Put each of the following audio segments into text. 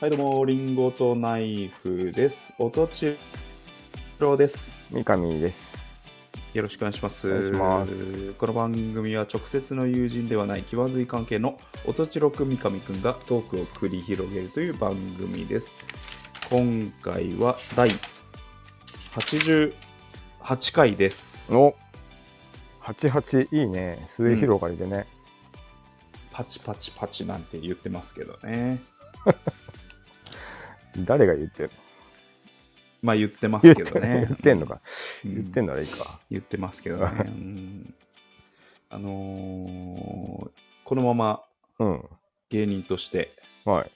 はい、どうも、リンゴとナイフです。おとちろです。三上です。よろしくお願いします。お願いしますこの番組は直接の友人ではない気まずい関係のおとちろく三上くんがトークを繰り広げるという番組です。今回は第88回です。お八八いいね。末広がりでね。パチパチパチなんて言ってますけどね。誰が言ってるまあ言ってます言っけてどる、ね 言。ってんのか。うん言ってんならいいか。言ってますけど ね。うんあのーこのままうん。芸人として、はい。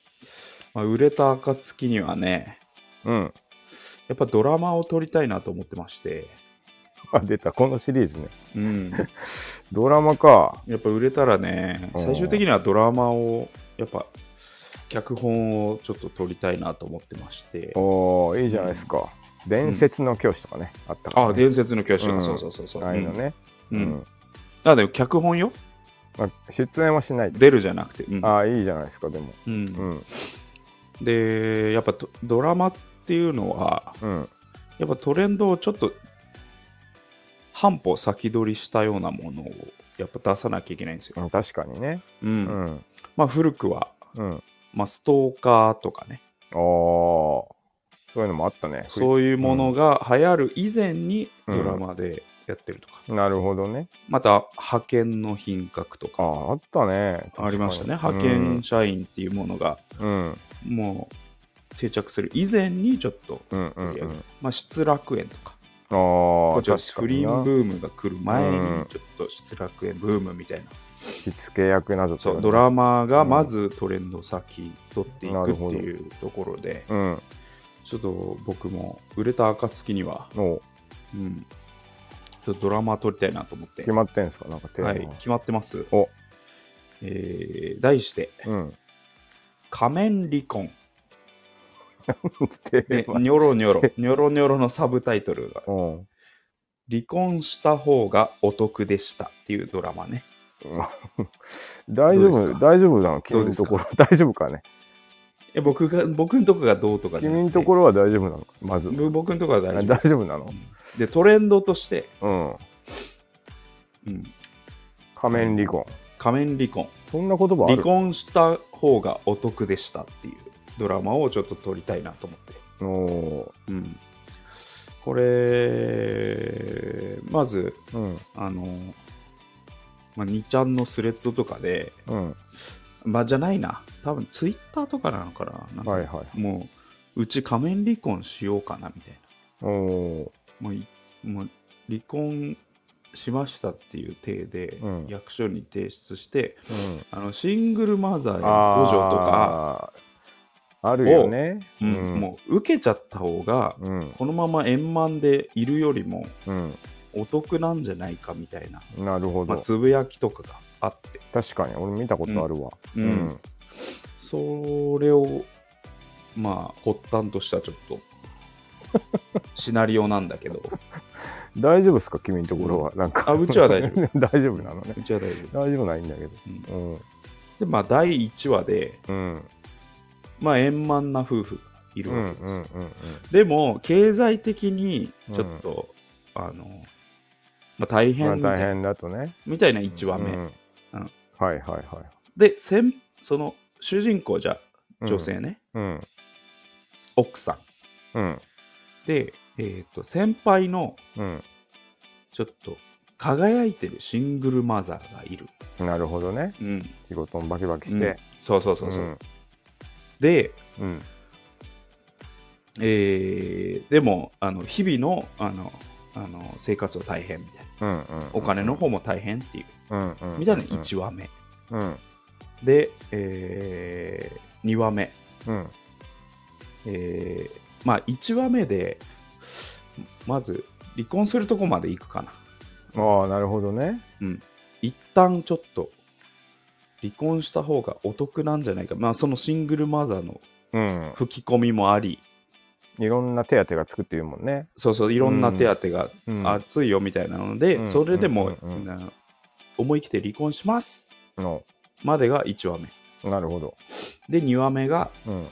まあ、売れた暁にはね、うん。やっぱドラマを撮りたいなと思ってまして、あ、出た。このシリーズね。 うん、ドラマか。やっぱ売れたらね、うん最終的にはドラマを、やっぱ脚本をちょっと撮りたいなと思ってまして、おー、いいじゃないですか。伝説の教師とかね。あったから、ね。あ、伝説の教師、うんそうそうそうそう。ああいうのね。うん。うんうんあ、でも脚本よ、まあ、出演はしない。出るじゃなくて。うんああ、いいじゃないですか、でも。うんうん。で、やっぱドドラマっていうのは、うん。やっぱトレンドをちょっと半歩先取りしたようなものをやっぱ出さなきゃいけないんですよ。確かにね。うんうん。まあ古くは、うん。まあ、ストーカーとかねああ。そういうのもあったね。そういうものが流行る以前にドラマでやってるとか、なるほどね。また派遣の品格とあかあ、あったね。ありましたね確か派に遣社員っていうものがうん。もう定着する以前にちょっと、うんうんうんまあ、失楽園とかあこあ、っちは確不かに倫な。ブームが来る前うんにちょっと失楽園ブームみたいな火付け役などそとかねうドラマがまずトレンド先取っていくってないうところで、うん。ちょっと僕も売れた暁には、おううん、ちょっとドラマ撮りたいなと思って決、まってんすかなんかテーマはい、決まってます。おえー題して、うん。 仮面離婚。テで、ーマ。ニョロニョ ロ、ニョロニョロのサブタイトルが、うん。 離婚した方がお得でしたっていうドラマね。大ど丈うです夫、か大丈夫なのどう君でのすとかころ。大丈夫かねえ僕が、僕のとこがどうとかじゃなくて君のところは大丈夫なのかまず。ぶ僕のとこは大あ丈大夫丈夫なので、トレンドとして、うん。うん、仮面離婚。仮面離婚。そんな言葉あ離る婚した方がお得でしたっていうドラマをちょっと撮りたいなと思って、おうん、これまずーうん。あの、まあ、2ちゃんのスレッドとかで、うん。まあ、じゃないな多分ツイッターとかなのかななんかはいはもううち仮面離婚しようかなみたいい。おーなもういもう離婚しましたっていう体でうん役所に提出して、うん。あのシングルマザーや補あ助とかーあるよね。うん、もう受けちゃった方がうん。うん。このまま円満でいるよりもうん。お得なんじゃないかみたいな、なるほまあ、ど。つぶやきとかがあって確かに、俺見たことあるわ。うんうんそれをまあ発端としたちょっ とシナリオなんだけど大丈夫ですか君のところは。なんかあうちは大 丈夫。大丈夫なのねう。ちは大丈夫、大丈夫ないんだけど。うんうん。でまあ第1話で、うん。まあ、円満な夫婦いるうん。うんわけです、。うんでも経済的にちょっと、あの、まあ、大ま変あみたい大な,、変だとね。みたいな1話目、うんうんはいはいはで先その主人公じゃい。女性ね、うん。奥さんうん。で、えー、と先輩のうん。ちょっと輝いてるシングルマザーがいる、うん。なるほどね。うん、仕事もバキバキして。そうそうそうそう、んで、うん。えーでもあの日々のあのあの生活は大変みたいなうん。うんお金の。方も大変っていう、うん。うん。みたいな1話目うん。で、え2話目、うん。えーまあ1話目でまず離婚するとこまで行くかなああ、なるほどね。うん、一旦ちょっと離婚した方がお得なんじゃないか、まあ、そのシングルマザーのうん。吹き込みもありいろんな手当てがつくっていうもんね。そうそういろんな手当てがうん熱いよみたいなので、うんそれでも、うんうんうんな思い切って離婚しますの。までが1話目なるほど。で2話目が、うん。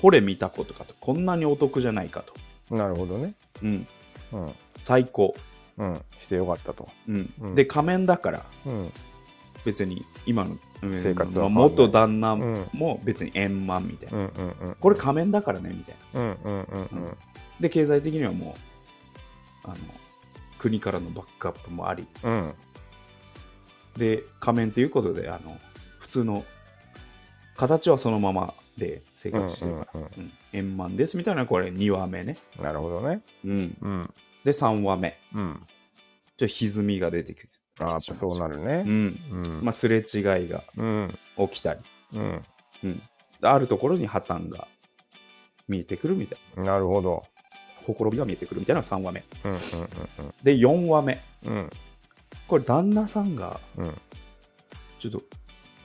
ほれ見たことかとこんなにお得じゃないかと、なるほどね。うん、うん。最高、うん。してよかったと。うんうんで仮面だからうん。別に今の、うん生活まはあ変わんない元旦那うんも別に円満みたいな、うんうんうん。これ仮面だからねみたいなうんうんうんうん。で経済的にはもうあの国からのバックアップもありうん。で仮面ということであの普通の形はそのままで生活してるから、うんうんうん円満ですみたいなこれ2話目ね、なるほどね。うん、うん。で3話目うん。ちょっと歪みが出てくるああ、やっぱそうなるうね。んうん。まあ、すれ違いがうん。起きたり、うん。うん、あるところに破綻が見えてくるみたいなるほど。なほころびが見えてくるみたいなのが3話目うんうんで4話目うんうん。これ旦那さんがうん。ちょっと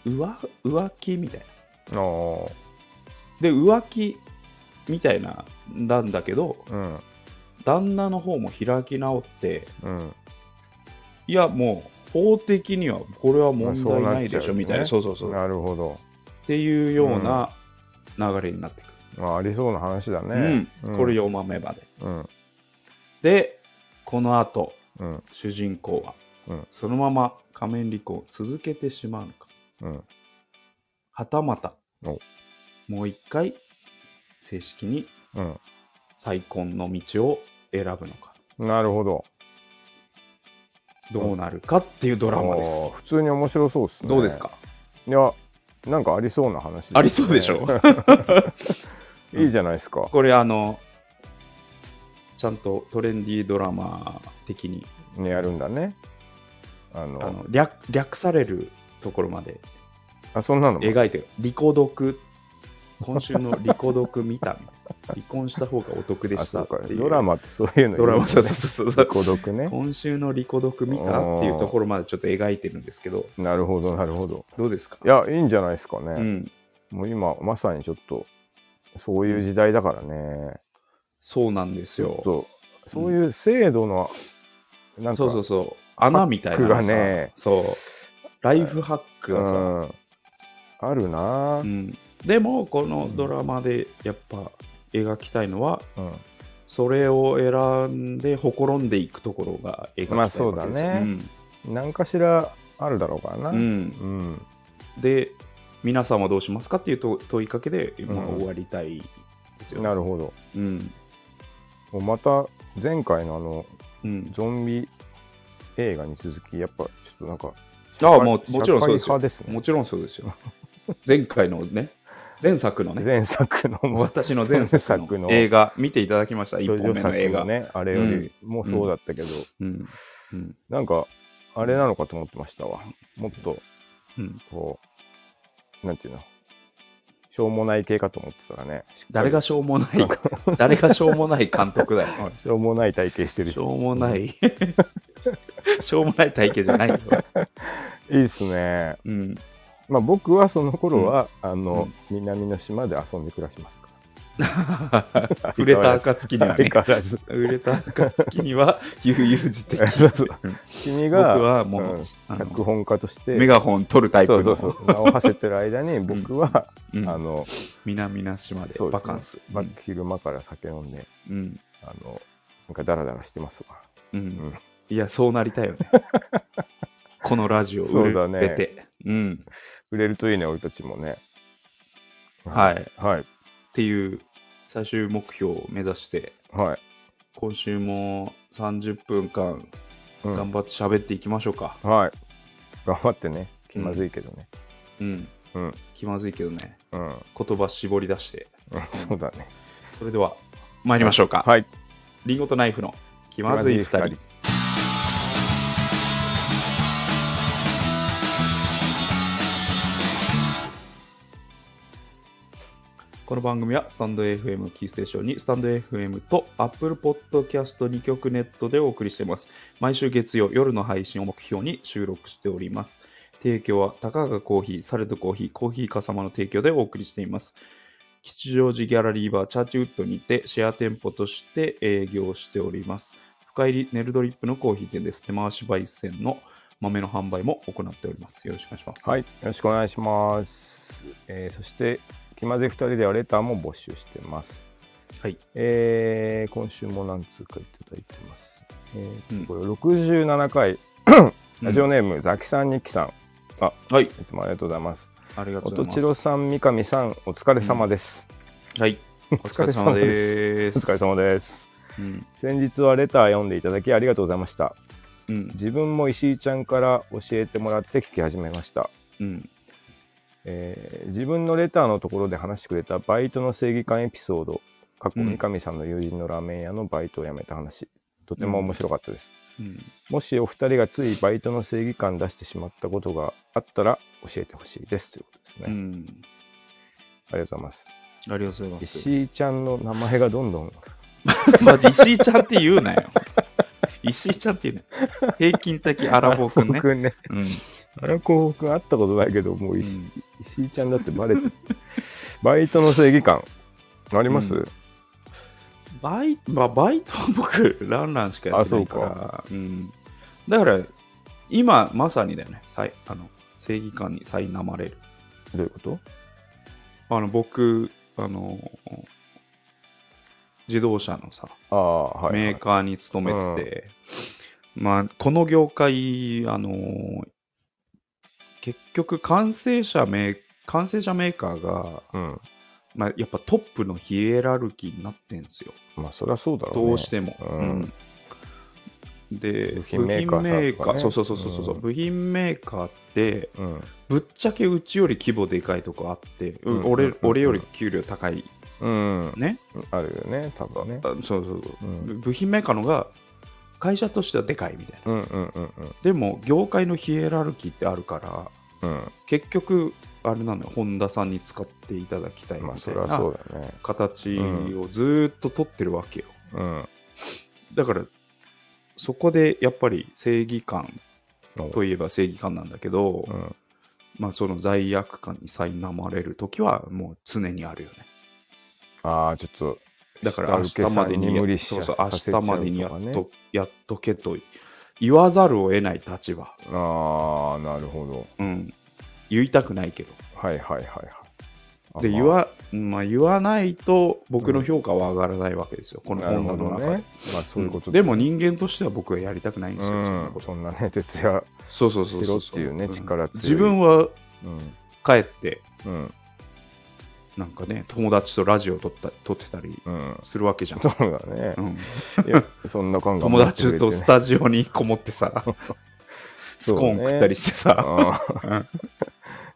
浮浮気みたいなうん。おで浮気みたいななんだけどー。うん。旦那の方も開き直ってうん。いやもう法的にはこれは問題まあないでしょみたいな、そそううそうそうっなるほど。ていうような流れになってくまあ、ありそうな話だる、ね。うんこれ。4番目までうん。でこのあとうん。主人公は、うんそのまま仮面離婚を続けてしまうのかうん。はたまたおもう一回正式にうん。再婚の道を選ぶのかなるほど。どうなるかっていうドラマであすー、普通に面白そうですね。どうですかいや、なんかありそうな話すね、ありそうでしょ いいじゃないですか。これあのちゃんとトレンディードラマ的にね、やるんだね。あの、ああの略略されるところまでそんなのも描いてる「リコ読」今週の「リコ読」見たみたいな 離婚した方がお得であしそたうっかていうドラマってそういうのドラマそうそうそうそうそう孤独ね。今週の「リコ読」見たっていうところまでちょっと描いてるんですけどなるほど、なるほど。どうですかいや、いいんじゃないですかうね。ん、もう今、まさにちょっと、そういう時代だからね。そうなんですちょよっと、そういう制度の、なんか、そうそうそう穴みたいなのさハックがねそうライフハックがさ、うんあるなうぁん、でもこのドラマでやっぱ描きたいのはうん。それを選んでほころんでいくところが描きたいまわけであすよそうだね何かしらあるだろうからな。うんうんうん。で皆さんはどうしますかっていうと問いかけで、まあうん終わりたいですよねなるほど。うんもうまた前回のあのうん、ゾンビ映画に続きやっぱちょっとなんかああもうもちろんそうです社よ会派ですねもちろんそうですよ前回のね前作のね前作のも私の前作前作のの映画見ていただきました 一少本女目作の映画、のねあれよりもそうだったけど、うんうんなんかあれなのかと思ってましたわもっとうん、こうなんていうのしょうもない系かと思ってたらね誰がしょうもない誰がしょうもない監督だよしょうもない体型してるししょうもない、しょうもない体型じゃないよいいっすねうん。まあ僕はその頃は、あの、南の島で遊んで暮らしますか 売れた暁にらはね、相変わらず売れた暁には悠々自適。そうそう君が僕はもううんあの脚本家としてメガホン取るタイプそうのそうそう名を馳せてる間に僕は、うんあの南那島でそうですねバカンス。まあ昼間から酒飲んでうんあのなんかダラダラしてますわ、うんうんいや、そうなりたいよ ね。このラジオそ売うだねれて。うん売れるといいね俺たちもねはいい。っはいていう最終目標を目指して、はい、今週も30分間うん頑張って喋っていきましょうか。はい頑張ってね気まずいけどねうん。うんうん、気まずいけどね、言葉絞り出して。うんそうだねそれでは参りましょうか。はいリンゴとナイフの気まずい2気まずい人二。この番組はスタンド FM キーステーションにスタンド FM と Apple Podcast2 曲ネットでお送りしています。毎週月曜夜の配信を目標に収録しております。提供は高がコーヒー、サレドコーヒー、コーヒーかさまの提供でお送りしています。吉祥寺ギャラリーバーチャーチウッドにてシェア店舗として営業しております。深入りネルドリップのコーヒー店です。手回し焙煎の豆の販売も行っております。よろしくお願いします。はい、よろしくお願いします。えーそして気まずい2人ではレターも募集してます。はい。えー今週も何通かいただいてます。えーうんこれ67回、ラジオね。ネーム、ザキさん、ニッキさん、はい。いつもありがとうございます。ありがとう音ご千ざい代ます。さん、三上さん、お疲れ様です。 はい。お疲れ様でおす。疲れ様です。うん。先日はレター読んでいただきありがとうございました。うん。自分も石井ちゃんから教えてもらって聞き始めました。うん。えー自分のレターのところで話してくれたバイトの正義感エピソード、過去うん三上さんの友人のラーメン屋のバイトを辞めた話、とても面白かったです。うん。もしお二人がついバイトの正義感出してしまったことがあったら教えてほしいですということですね。うあん。りがとうございます。ありがとうございます。石井ちゃんの名前がどんどん、まず石井ちゃんって言うなよ。 石井ちゃんって言うなよ。平均的アラフォー君ね。僕ね、うん。あれ幸福会ったことないけど、もうう石,、ん石井ちゃんだってバレてる。バイトの正義感、あります、うバイト、まあ、バイトは僕、ランランしかやってないから。あそうかうん。だから、今、まさにだよね。さいあの正義感に苛まれる。どういうことあの、僕、あの、自動車のさ、ああ、はい、はい。メーカーに勤めてて、まあ、この業界、あの結局、完成車メー、完成車メーカーが、うん。まあ、やっぱトップのヒエラルキーになってんすよ。まあ、そりゃそうだろう、ね。どうしても。うんうんで、部部品品メメーーカカーーさそんとかねうそうそうそうそう、うん部品メーカーって、うん。ぶっちゃけうちより規模でかいとこあって、ううん俺うん俺より給料高いうん。ね。あるよね、多分ねあ。そうそうそう、うん部品メーカーのが会社としてはでかいみたいな。うんうんうんうん。でも、業界のヒエラルキーってあるから、うん。結局、あれなんだよ、本田さんに使っていただきたいみまあ、たそいりゃなそうだね。形をずーっと取ってるわけよ。うん。だからそこでやっぱり正義感といえば正義感なんだけど、うん、まあ、その罪悪感に苛まれる時はもう常にあるよねああ、ちょっと、だから明日までに下請けさんに無理しちそゃうそう明させちゃう日までにやっと,、とかねやっとけと言わざるを得ない立場、ああ、なるほど。うん、言いたくないけどはいはいはいはい。で言わ,、まあ、言わないと僕の評価は上がらないわけですよ、このなる本ほのど中で、ね。まあ、そういうことでもに人間としては僕はやりたくないんうですよ、そんなんこ、とそんなね、徹夜。そうそうそうそうしろっていうねん力強い自分はうん。帰ってうん。なんかね、友達とラジオ撮った撮ってたりうん。するわけじゃん。そうだねう。 んいや、そんな感友達とスータジオにこもって さ、スコーン食ったりしてさ、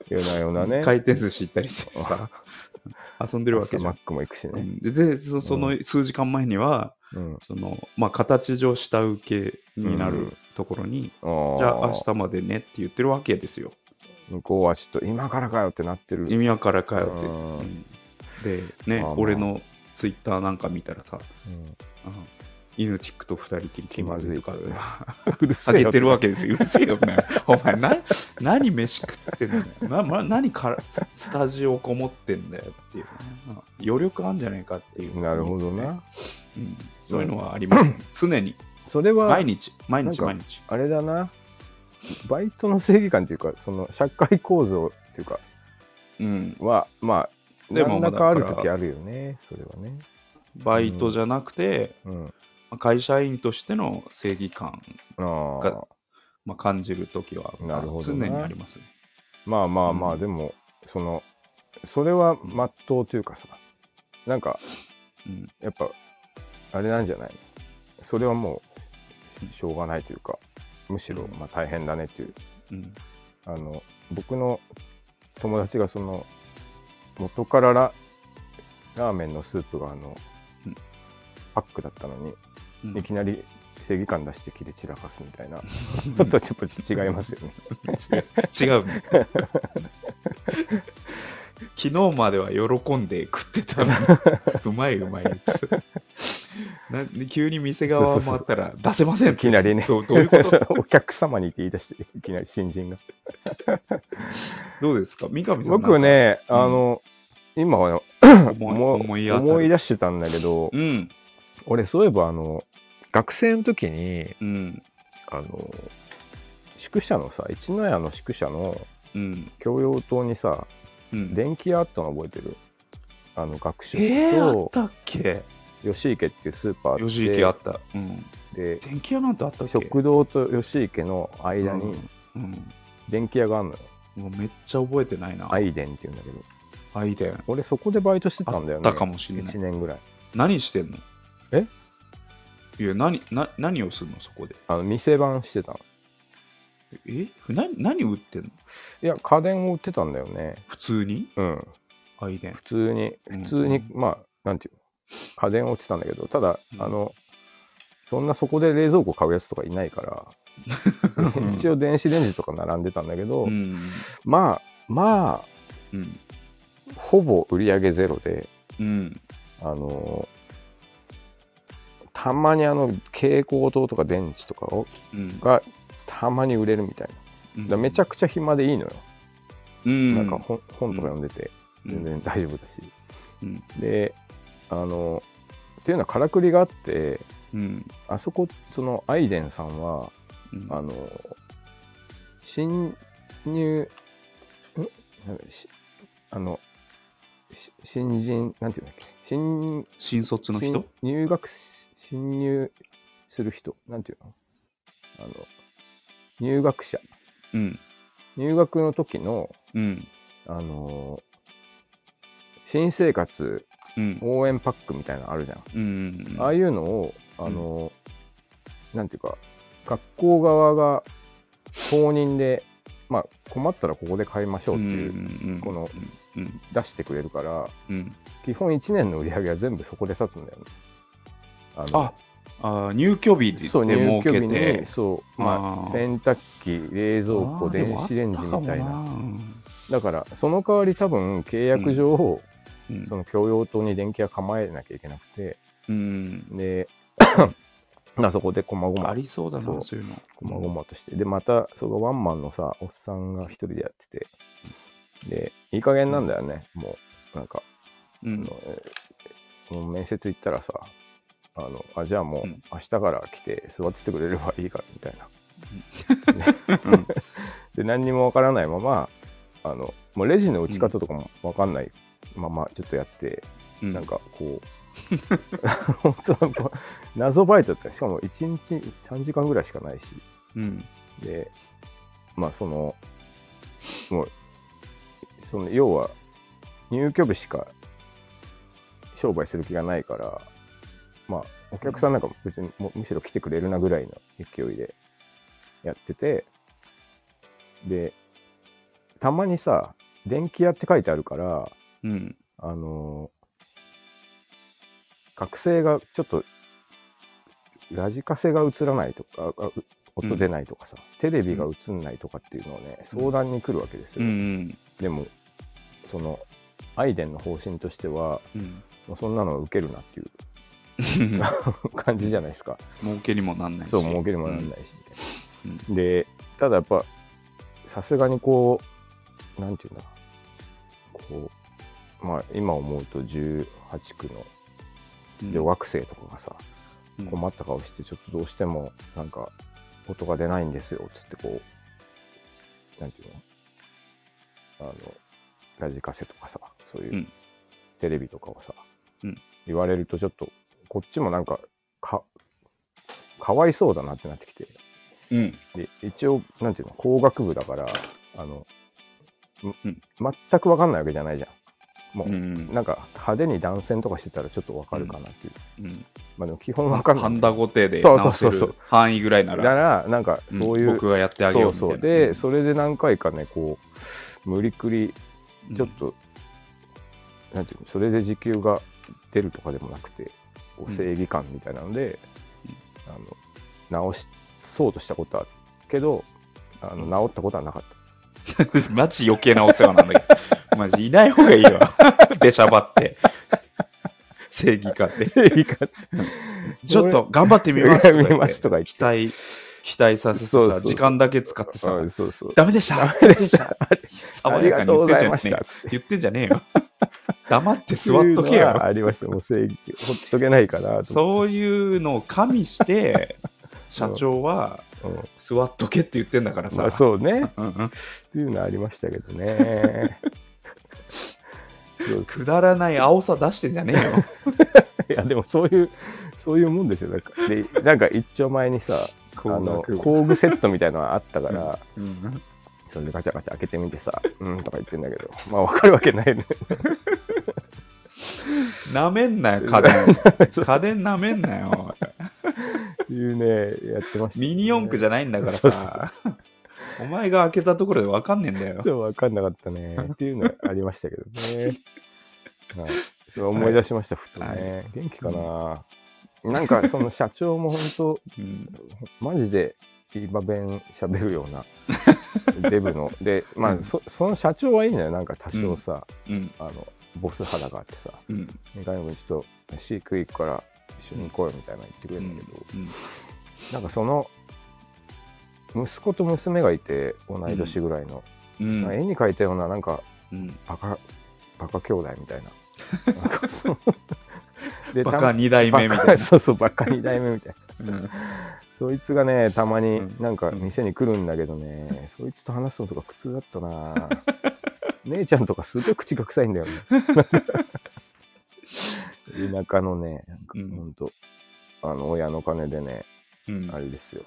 夜な夜なね。回転寿司行ったりして さ、遊んでるわけじゃマんッ。クも行くしうね。んででそ、その数時間前には、うん。そのまあ、形上下請けになるところに、じじゃあ明日までねって言ってるわけですよ。向こうはちょっと今からかよってなってる。意味わからかよって。うんうんで、ねまあまあ、俺のツイッターなんか見たらさ、うんうん犬チックと二人きり気まずいとか気まずいと あげてるわけ ですよ。うるせえよ、お前。お前な、何飯食ってんだよ。なま、何からスタジオこもってんだよっていうね、まあ余力あんじゃないかっていう。なるほどな。うん。そういうのはあります ね、常に。それは毎、日、毎日、な毎ん日。あれだな。バイトの正義感というか、その社会構造というか、うん。は、まあ、ででもも、なんだかあるだか時らあるよね、それはね。バイトじゃなくて、うん。まあ会社員としての正義感、あがあ。まあ、感じるときは、まあなるほ常どなにありますね。まあまあまあ、うんでも、その、それは真っ当というかさ、なんか、うん。やっぱ、あれなんじゃないのそれはもう、しょうがないというか、むしろ、まあ大変だねっていううん。あの僕の友達がその元からララーメンのスープがあの、うんパックだったのに、うんいきなり正義感出して切れ散らかす みたいなちょっとちょっと違いますよね違うね昨日までは喜んで食ってたのにうまいうまいっつってな急に店側回ったら出せませんっいてきなりねどうどういうこと お客様にって言い出していきなり新人がどうですか三上さん僕ねあんの、今はねなんか思思い思いい当たる思い出してたんだけど、うん俺そういえばあの学生の時にうんあの宿舎のさ一ノ谷の宿舎のうん共用棟にさうん電気屋あったの覚えてるあの学習えー、あっと、たっけ吉池っていうスーパーで吉池あった。うん。で電気屋なんてあったっけ食堂と吉池の間にうん。電気屋があるのよ、もうめっちゃ覚えてないな。アイデンっていうんだけどアイデン。俺そこでバイトしてたあんだよっねたかもしれない1。年ぐらい何してんのえいや、何、な何をするのそこで。あの店番してたのえな何売ってんのいや家電を売ってたんだよね普通にうんアイデン普。通にうん普通に、まあなんていうの家電を売ってたんだけどただ、うんあのそんなそこで冷蔵庫買うやつとかいないか らうん一応電子レンジとか並んでたんだけど、うん。まあまうん。あほぼ売り上げゼロでうん。あのたまにあの蛍光灯とか電池とかをうん。がたまに売れるみたいなだからめちゃくくちゃ暇でいいのよ、うん。なんか本本とか読んでてうん全然大丈夫だし、うん。であのっていうのはからくりがあってうん。あそこそのアイデンさんはうんあの侵入んなんだしあのし新人なんていうんだっけ新新卒の人新入学新入する人なんていうのあの入学者うん。入学の時のうん。あの新生活うん。応援パックみたいなのあるじゃんうん。ああいうのを、あの、なんていうか、学校側が公認で、まあ、困ったらここで買いましょうっていう、うんこの、うん。出してくれるから、うん。基本1年の売り上げは全部そこで立つんだよね。あのあ、あー入居日でそう、入儲居け日に、て。そう、まああ、ー洗濯機、冷蔵庫、あーで電もあっ子レンジたかみもたいな。うんだから、その代わり多分、契約上、うんその共用棟に電気は構えなきゃいけなくて、うん。 で、まあそこで細々ありそうだな、そうそういうの。こまごまとして。で、また、そのワンマンのさ、おっさんが一人でやってて、で、いい加減なんだよね、もう、なんか、うあん。のえーもう面接行ったらさ、あの、あ、じゃあもううん、明日から来て、座っててくれればいいから、みたいな。うん で、何にもわからないまま、あの、もうレジの打ち方とかもわかんないまま、ちょっとやって、うんなんかこう、 本当なんか謎バイトだった。しかも、1日3時間ぐらいしかないし、うん。でまあそのもうその要は入居部しか商売する気がないからまあお客さんなんか別にもうむしろ来てくれるなぐらいの勢いでやっててでたまにさ電気屋って書いてあるからうん。あの学生がちょっとラジカセが映らないとかあう音出ないとかさ、テレビが映んないとかっていうのをね相談に来るわけですうよ、ん。でもそのアイデンの方針としてはうん。もうそんなの受けるなっていう感じじゃないですか儲けにもなんないし。そう儲けにもなんないしうみんたいな、でただやっぱさすがにこうなんていうんだこうまあ今思うと18区のうん。女学生とかがさうん困った顔してちょっとどうしてもなんか音が出ないんですよつってこうなんていうのあのラジカセとかさそういううんテレビとかをさ、うん言われるとちょっとこっちもなんかかかわいそうだなってなってきてうん。で一応なんていうの工学部だからあの、うん全く分かんないわけじゃないじゃんもう、うん。なんか派手に断線とかしてたらちょっと分かるかなっていう、うん。まあでも基本分かんないハンダゴテでそうそうそう直そうせる範囲ぐらいな、だかららなんかうんそういう、僕がやってあげようみたいな。そうそうでそれで何回かねこう無理くりうんちょっと、なんていうのそれで時給が出るとかでもなくてこううん正義感みたいなので、あの直しそうとしたことはあるけどあの治ったことはなかった。マジ余計なお世話なんだけど。マジいない方がい いわ。出しゃばって。正義感で。 正義感ちょっと頑張ってみます見ますとか言って期待、期待させてさ、そうそうそう時間だけ使ってさ、うんそうそうダメでしたダメですしたいません あでりした爽やかがにとう言っごてんざじゃいねまえしたよ。言ってんじゃねえよ。黙って座っとけいうのはよ。ありました。もう正義、ほっとけないからと思って。そういうのを加味 して、社長はうん座っとけって言ってんだからまさ。あそうね。うんうんっていうのありましたけどね。そうくだらない青さ出してんじゃねえよ。いやでもそういうそういうもんですよなんかでなんか一丁前にさあの工具セットみたいなのあったから、うんそれでガチャガチャ開けてみてさ「うん」とか言ってんだけどまあわかるわけないねなめんな よ、家電。家電なめんなよ。いうねやってました、ね、ミニ四駆じゃゃないんだからそうそうさ。お前が開けたところでわかんねえんだよ。分かんなかったねっていうのがありましたけど ね、はい、それ思い出しました、ふとね、は元気かな、なんかその社長も本うん当マジで今弁しゃべるよ うなデブのでまあそその社長はいいんだよなんか多少さ、うんあのボス肌があってさうん三上君ちょっと飯食い行くから一緒に行こうよみたいなの言ってくれるんだけど、うんなんかその息子と娘がいて同い年ぐらいの、うんなんか絵に描いたようななんかうんバカバカ兄弟みたいななんかそうでバたカ二代目みたいバカそうそうバカ2代目みたいなな。うんそいつがねたまにうんなんか店に来るんだけどね、そいつと話すのとか苦痛だったな 姉ちゃんとかすごい口が臭いんだよね田舎のねなんかうんほんと、あの親の金でねうん。あれですよ。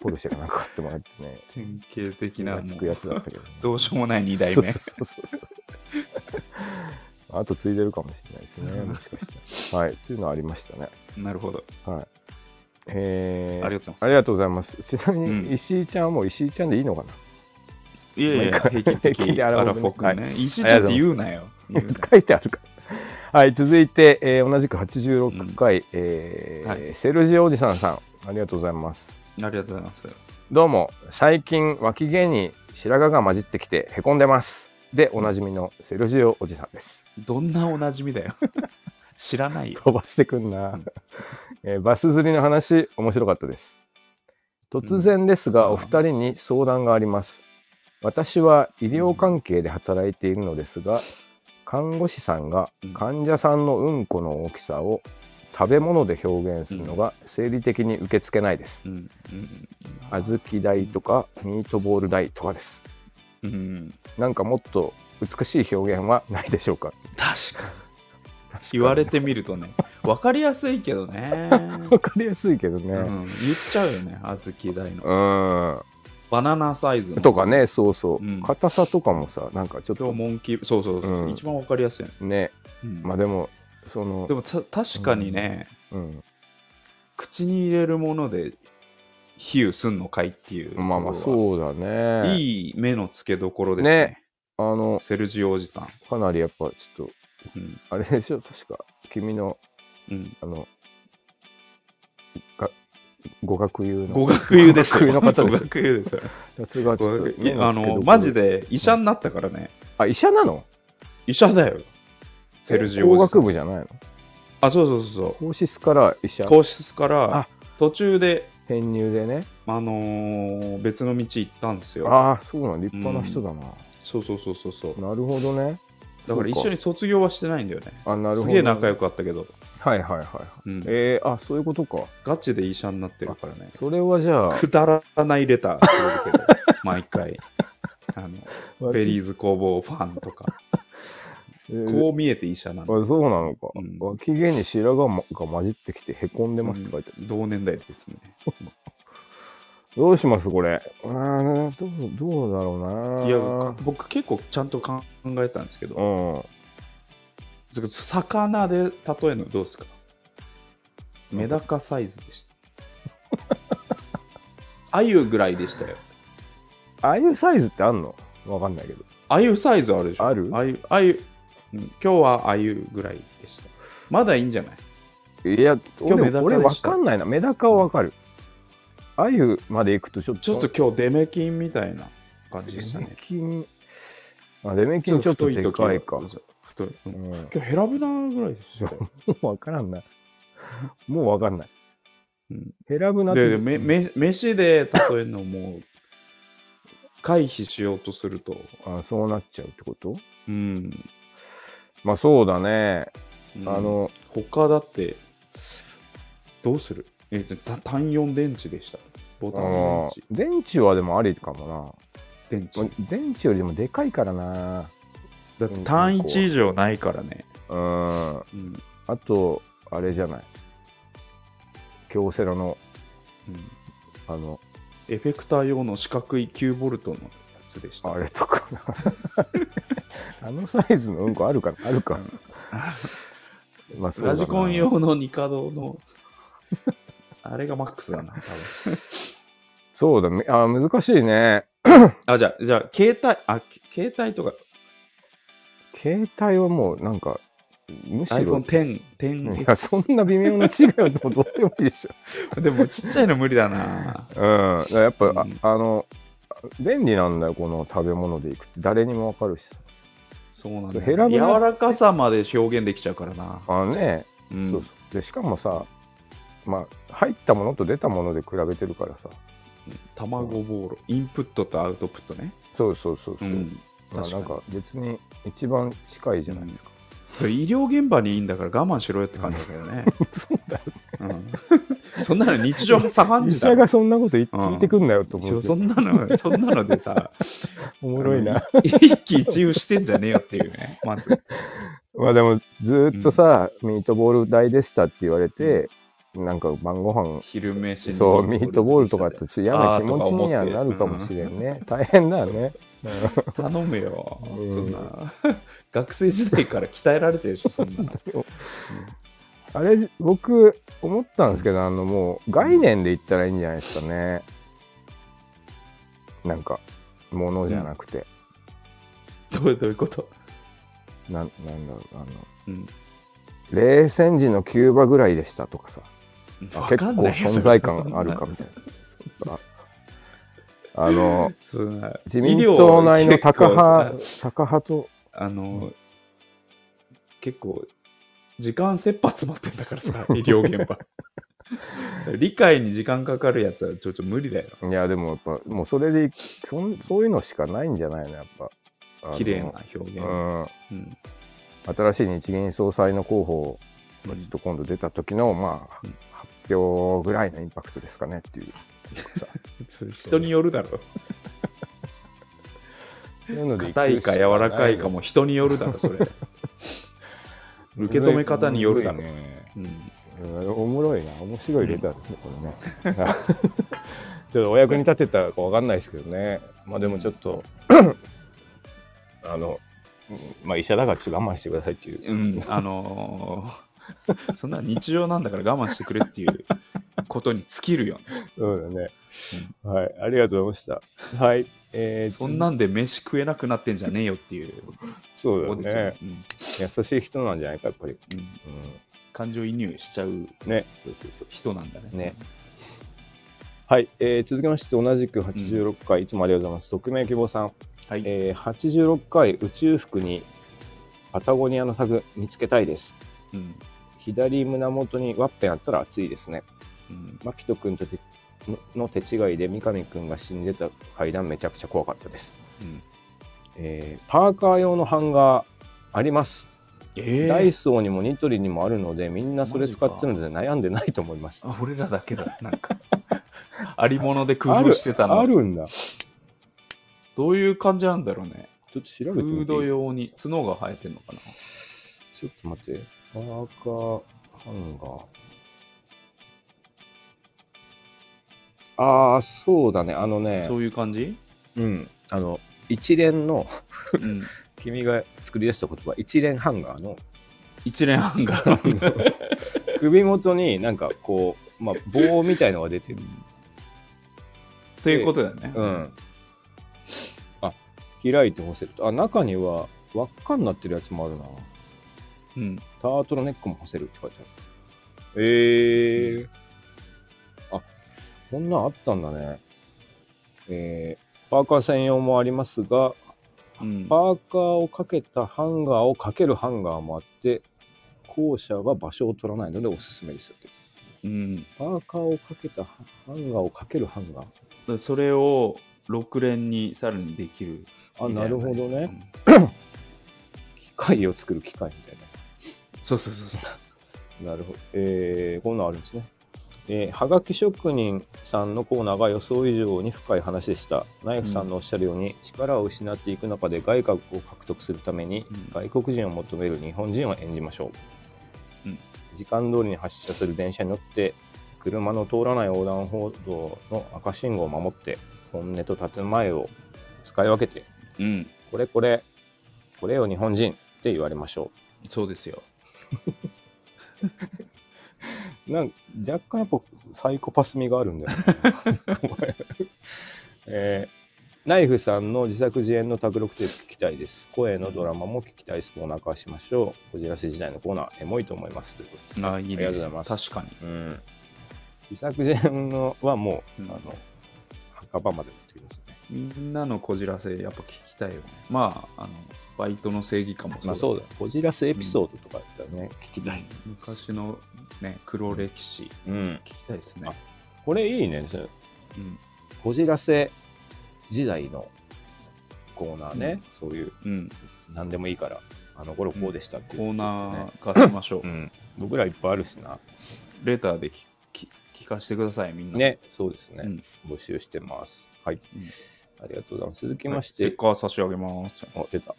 ポルシェかなんか買ってもらってね典型的な、がもつくやつだっう。たけど、ねどうしようもない二代目そう。そうそうそう。あと継いでるかもしれないです ね。もしかしたら。はい。というのはありましたね。なるほど。はい。えー、ありがとうございますありがとうございます。ちなみうんに、石井ちゃんはもう石井ちゃんでいいのかな、 いやいや、平均平均的でアアララフフォーォー君君ねね。石ちゃんって言うなよ。言うな書いてあるか。はい。続いて、えー同じく86回、えーはいセルジオおじさんさん。ありがとうございます。ありがとうございます。どうも最近脇毛に白髪が混じってきてへこんでますでおなじみのセルジオおじさんですどんなおなじみだよ。知らないよ。飛ばしてくんな、 えーバス釣りの話面白かったです突然ですが、うんお二人に相談があります私は医療関係で働いているのですが看護師さんがうん患者さんのうんこの大きさを食べ物で表現するのが生理的に受け付けないですうん。うん。小豆大とかミートボール大とかですうん。なんかもっと美しい表現はないでしょうか。確かに。言われてみるとね、わかりやすいけどね。わかりやすいけどうね。ん、言っちゃうよね、小豆大の。うん。バナナサイズの。とかね、そうそううんう。硬さとかもさ、なんかちょっそうとモンキー、そうそうそう、うん一番わかりやすいよね。ね、うんまあでも、そので、もた確かにね、うん。口に入れるもので比喩すんのかいっていう。まあまあそうだね。いい目の付けどころですね。ねあの、セルジオおじさん。かなりやっぱちょっと、うん。あれでしょ、確か、君の、うん、あの、が語学友の語学友ですよ。語学友の語方ですよ学友ですよ。やつがちょっとい目やあ付けどこの、ろマジ。で医者になったからね。あ、医者なの医者だよ。セルジオ工おじさ学ん。部じゃないのあ、そうそうそう皇室から医者そう。皇室からあ途中で、転入でね。あのー別の道行ったんですよ。ああ、そうなん、立派な人だな。そうそうそうそうそう。なるほどね。だから一緒に卒業はしてないんだよね。あ、なるほど。すげえ仲良かったけど、はいはいはい。うんえー、あ、そういうことか。ガチで医者になってるからね。それはじゃあ、くだらないレター届けてる毎回。あの、ベリーズ工房ファンとか。えーこう見えて医者なの。あそうなのか。うん脇毛に白髪もが混じってきてへこんでますって書いてある。同年代ですね。どうしますこれ。あーどうどうだろうないや、か僕結構ちゃんと考えたんですけど、う魚で例えるのどうですかメダカサイズでした。 アユぐらいでしたよ。ん。ああいうサイズってあんのわかんないけど。アユサイズあるでしょあるアユ、アユ、うん今日はアユぐらいでした。まだいいんじゃないいや、今日メ俺ダカ俺でわしたかんないな。メダカはわかる。あゆまで行くとちょっと。ちょっと今日デメキンみたいな感じデでしたメね。キン。あ、デメキンちょっとでかいか。太い。ううんん今日ヘラブナぐらいでしたよ。もう分からんな。もう分かんない。うんヘラブナで、め、め、飯で例えるのも、回避しようとすると、あそうなっちゃうってことうん。まあそうだね。うんあ、の、他だって、どうするえ、た単4電池でした。ボタあンのの電池はでもありかも電池。な。電電池よりもでかいからな。だって単一以上ないからね。うんうん。あと、あれじゃない。京セラの、うんあの、エフェクター用の四角い9ボルトのやつでした。あれと かな。あのサイズのうんこあるかなあるか。まあそうだなラジコン用のニカド の、あれがマックスだな、多分。そうだね。あ、難しいね。あ、じゃあ、じゃあ、携帯、あ、け携帯とか、携帯はもうなんか、むしろ。 iPhone10、いや、そ 10X。んな微妙な違いはどうでもいいでしょ。でも、ちっちゃいの無理だな。うん。だからやっぱ、あうんあの、便利なんだよ、この食べ物でいくって。誰にもわかるしさ。 そうなんそうだ。ヘラブ柔ラらかさまで表現できちゃうからな。あのね、うんそうそうでしかもさ、まあ、入ったものと出たもので比べてるからさ卵ボール、インプットとアウトプットね。そうそうそうそう、うん。まあ、確かなにんか別に一番近いじゃないですか、それ医療現場にいいんだから我慢しろよって感じだけど ね。そうだようん そんなの日常茶飯医事だ者ろがそんなこと言ってうん聞いてくんなよと思一う応けそどんな の、そんなのでさ、おもろいなあの。一喜一憂してんじゃねえよっていうね、まず。まあでもずーっとさ、ミートボール代でしたって言われて、なんか晩ご飯昼飯のそうミートボールとかってちょっと嫌なあ気ーとか持ち思っにてはなるかもしれんね、大変だよね頼むよ、うんそんな 学生時代から鍛えられてるでしょそんなあれ僕思ったんですけどあのもう概念で言ったらいいんじゃないですかねなんかものじゃなくて、どうどういうこと、なん、なんだろうあのうん、冷戦時のキューバぐらいでしたとかさわ結か構んないよ存在感あるかみたいなあのそんな自民党内の高医療派結構さ高派とあの結構時間切羽詰まってんだからさ医療現 場理解に時間かかるやつはちょっと無理だよいやでもやっぱもうそれでいそんそういうのしかないんじゃないのやっぱあの綺麗な表現、うんうん新しい日銀総裁の候補がちょっと今度出た時の、まあうん発表ぐらいのインパクトですかねっていうそれ人によるだろそういうので行く硬いか柔らかいかも人によるだろそ れ受け止め方によるだろ、むずいねうんうんおもろいな面白いレターですね、これね ちょっとお役に立てたかわかんないですけどねまあでもちょっとあのうんまあ医者だからちょっと我慢してくださいっていううん、あのー そんな日常なんだから我慢してくれっていうことに尽きるよ、 ね。そうだね、はいありがとうございましたはいえー、そんなんで飯食えなくなってんじゃねえよっていうそうだこよとですよねね。うん優しい人なんじゃないかやっぱり、うんう、感情移入しちゃうんねそうそうそう人なんだね。ねはい、えー続きまして同じく86回、いつもありがとうございます匿名希望さん、はい。えー86回宇宙服にパタゴニアのタグ見つけたいですうん左胸元にワッペンあったら熱いですねうん牧人君とての手違いで三上君が死んでた階段めちゃくちゃ怖かったです、うんえーパーカー用のハンガーあります、えダイー、ソーにもニトリにもあるのでみんなそれ使ってるので悩んでないと思いますあ俺らだけだ、なんか。 ありもので工あ夫るしてたあの。るんだ。どういう感じなんだろうね。ちょっと調フべてみーてド用に角が生えてんのかな。ちょっと待って。パーカー、ハンガー。ああ、そうだね。あのね、そういう感じ、うん。あの、一連の、 うん、君が作り出した言葉、一連ハンガーの一連半 があるんだ。首元になんかこう、まあ、棒みたいのが出てる。ということだよね。うん。あ、開いて干せると。あ、中には輪っかになってるやつもあるな。うんタートルネックも干せるって書いてある。えー。あ、こんなんあったんだね。えー、パーカー専用もありますが、うんパーカーをかけたハンガーをかけるハンガーもあって、後者は場所を取らないのでおすすめですよ。うん、だかパーカーをかけたハハンガーをかけるハンガー。らそれを6連にさらにできるあ、みたないるほどうね。ん機械を作る機械みたいそうそうそうそうな。なるほど。えー、こんなんあるんですね。えー、はがき職人さんのコーナーが予想以上に深い話でした。ナイフさんのおっしゃるように、力を失っていく中で外貨を獲得するために、うん外国人を求める日本人を演じましょうう。ん時間通りに発車する電車に乗って、車の通らない横断歩道の赤信号を守って、本音と建前を使い分けて、うん、これこれ、これを日本人って言われましょそうですよ。う。なんか若干やっぱサイコパス味があるんだ よなお前えーナイフさんの自作自演の卓録テープ聞きたいです。声のドラマも聞きたいです。コーナー化しましょう。こじらせ時代のコーナー、エモいと思います。ということあいいね。ありがとうございます確かに。でうん。自作自演のはもう、うんあの、墓場まで持ってきますね。みんなのこじらせ、やっぱ聞きたいよね。まあ、あの、バイトの正義感もまあそうだ。こじらせエピソードとかだったらね、聞きたい。昔のね、黒歴史、うん聞。きたいですねあ。これいいね。それうん。こじらせ時代のコーナーね、そういううん、何でもいいからあの頃こうでしたってコーナねー化しましょう。うん、僕らいっぱいあるしなレターで聞き聞かせてください、みんな。ねそうですうね、ん。募集してますはい、うんありがとうございます続きはまいしステッて、カー差し上げます。あ 出た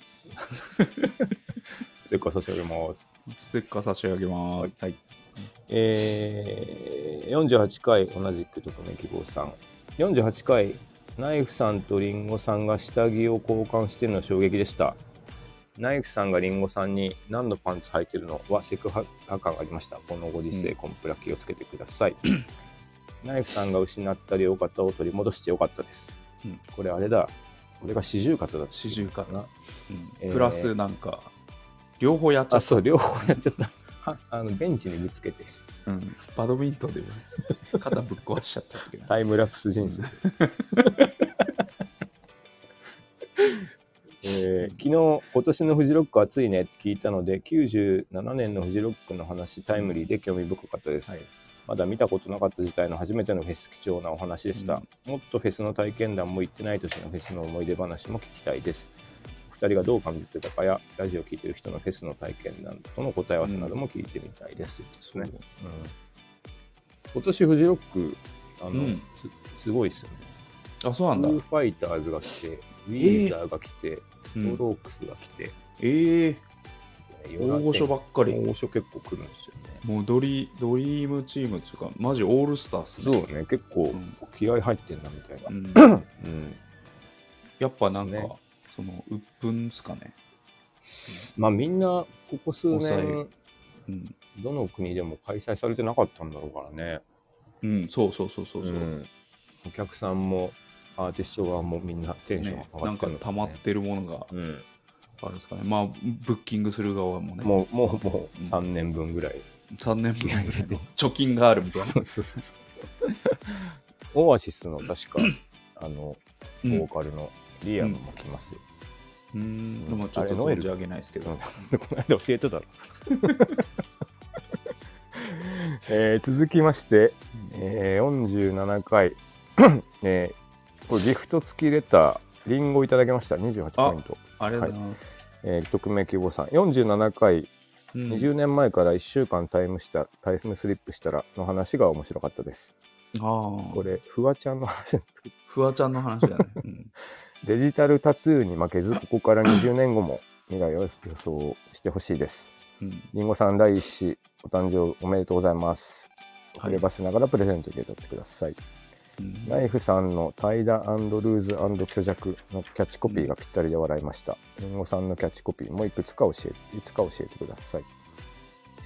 せっかく差し上げますステッカー差し上げます。はい。えー、48回同じく匿名希望さん48回ナイフさんとリンゴさんが下着を交換してるのは衝撃でしたナイフさんがリンゴさんに何のパンツ履いてるのはセクハラ感がありましたこのご時う世んコンプラ気をつけてください、ナイフさんが失った両肩を取り戻してよかったです、うんこれあれだこれが四十肩だ四十肩なうんえープラス、なんか、両方やっちゃあっそう両方やっちゃったはあのベンチにぶつけてた。うん。バドミントンで肩ぶっ壊しちゃったけ ど。タイムラプス人生。えー昨日、今年のフジロック暑いねって聞いたので、97年のフジロックの話、タイムリーで興味深かったです。はい。まだ見たことなかった時代の初めてのフェス貴重なお話でした、もっとフェスの体験談も行ってない年のフェスの思い出話も聞きたいですお二人がどう感じてたかやラジオ聞いてる人のフェスの体験談との答え合わせなども聞いてみたいです、そうね今年フジロックあの、うんすすごいですよねあ、そうなんだフー。ファイターズが来て、ウィーザーが来て、ストロークスが来て、ええ夜大御所ばっかり。大御所結構来るんですよね。もうドリドリームチームっていうか、マジオールスターっすね。そうね、結構うん気合入ってんなみたいな。うんうんやっぱなんか、ですねその、鬱憤っすかね。まあみんな、ここ数抑え年、うん。どの国でも開催されてなかったんだろうからね。うん、そうそうそうそうそう。うんお客さんも、アーティスト側もみんなテンションね、上ながんってかるの溜まっね。てるものがうんあるんですかね、まあ、ブッキングする側もね、もう、もう、もう3年分ぐらい。 3年分ぐらい気合い入れての貯金があるみたいな。うそうそうそう。 オアシスの確か、あの、うボんーカルのリアムも来ますよ。うーん、でもちょっとあれノエ存ルじ上げないですけど、うんこの 間教えてたろ。えー続きまして、えー47回、 えーこれギフト付きレター、リンゴいただきました、28ポイント。ありがとうございます。えー匿名希望さん、47回、うん20年前から1週間タイムした、タイムスリップしたらの話が面白かったです。あこあ、れ、フワちゃんの話フワちゃんの話 だね。うんデジタルタトゥーに負けず、ここから20年後も未来を予想してほしいです。うんりんごさん第一子、お誕生おめでとうございます。は遅いればせながらプレゼント受け取ってください。うんナイフさんの怠惰ルーズ虚弱のキャッチコピーがぴったりで笑いました。りんごさんのキャッチコピーもいくつか教えいつか教えてください。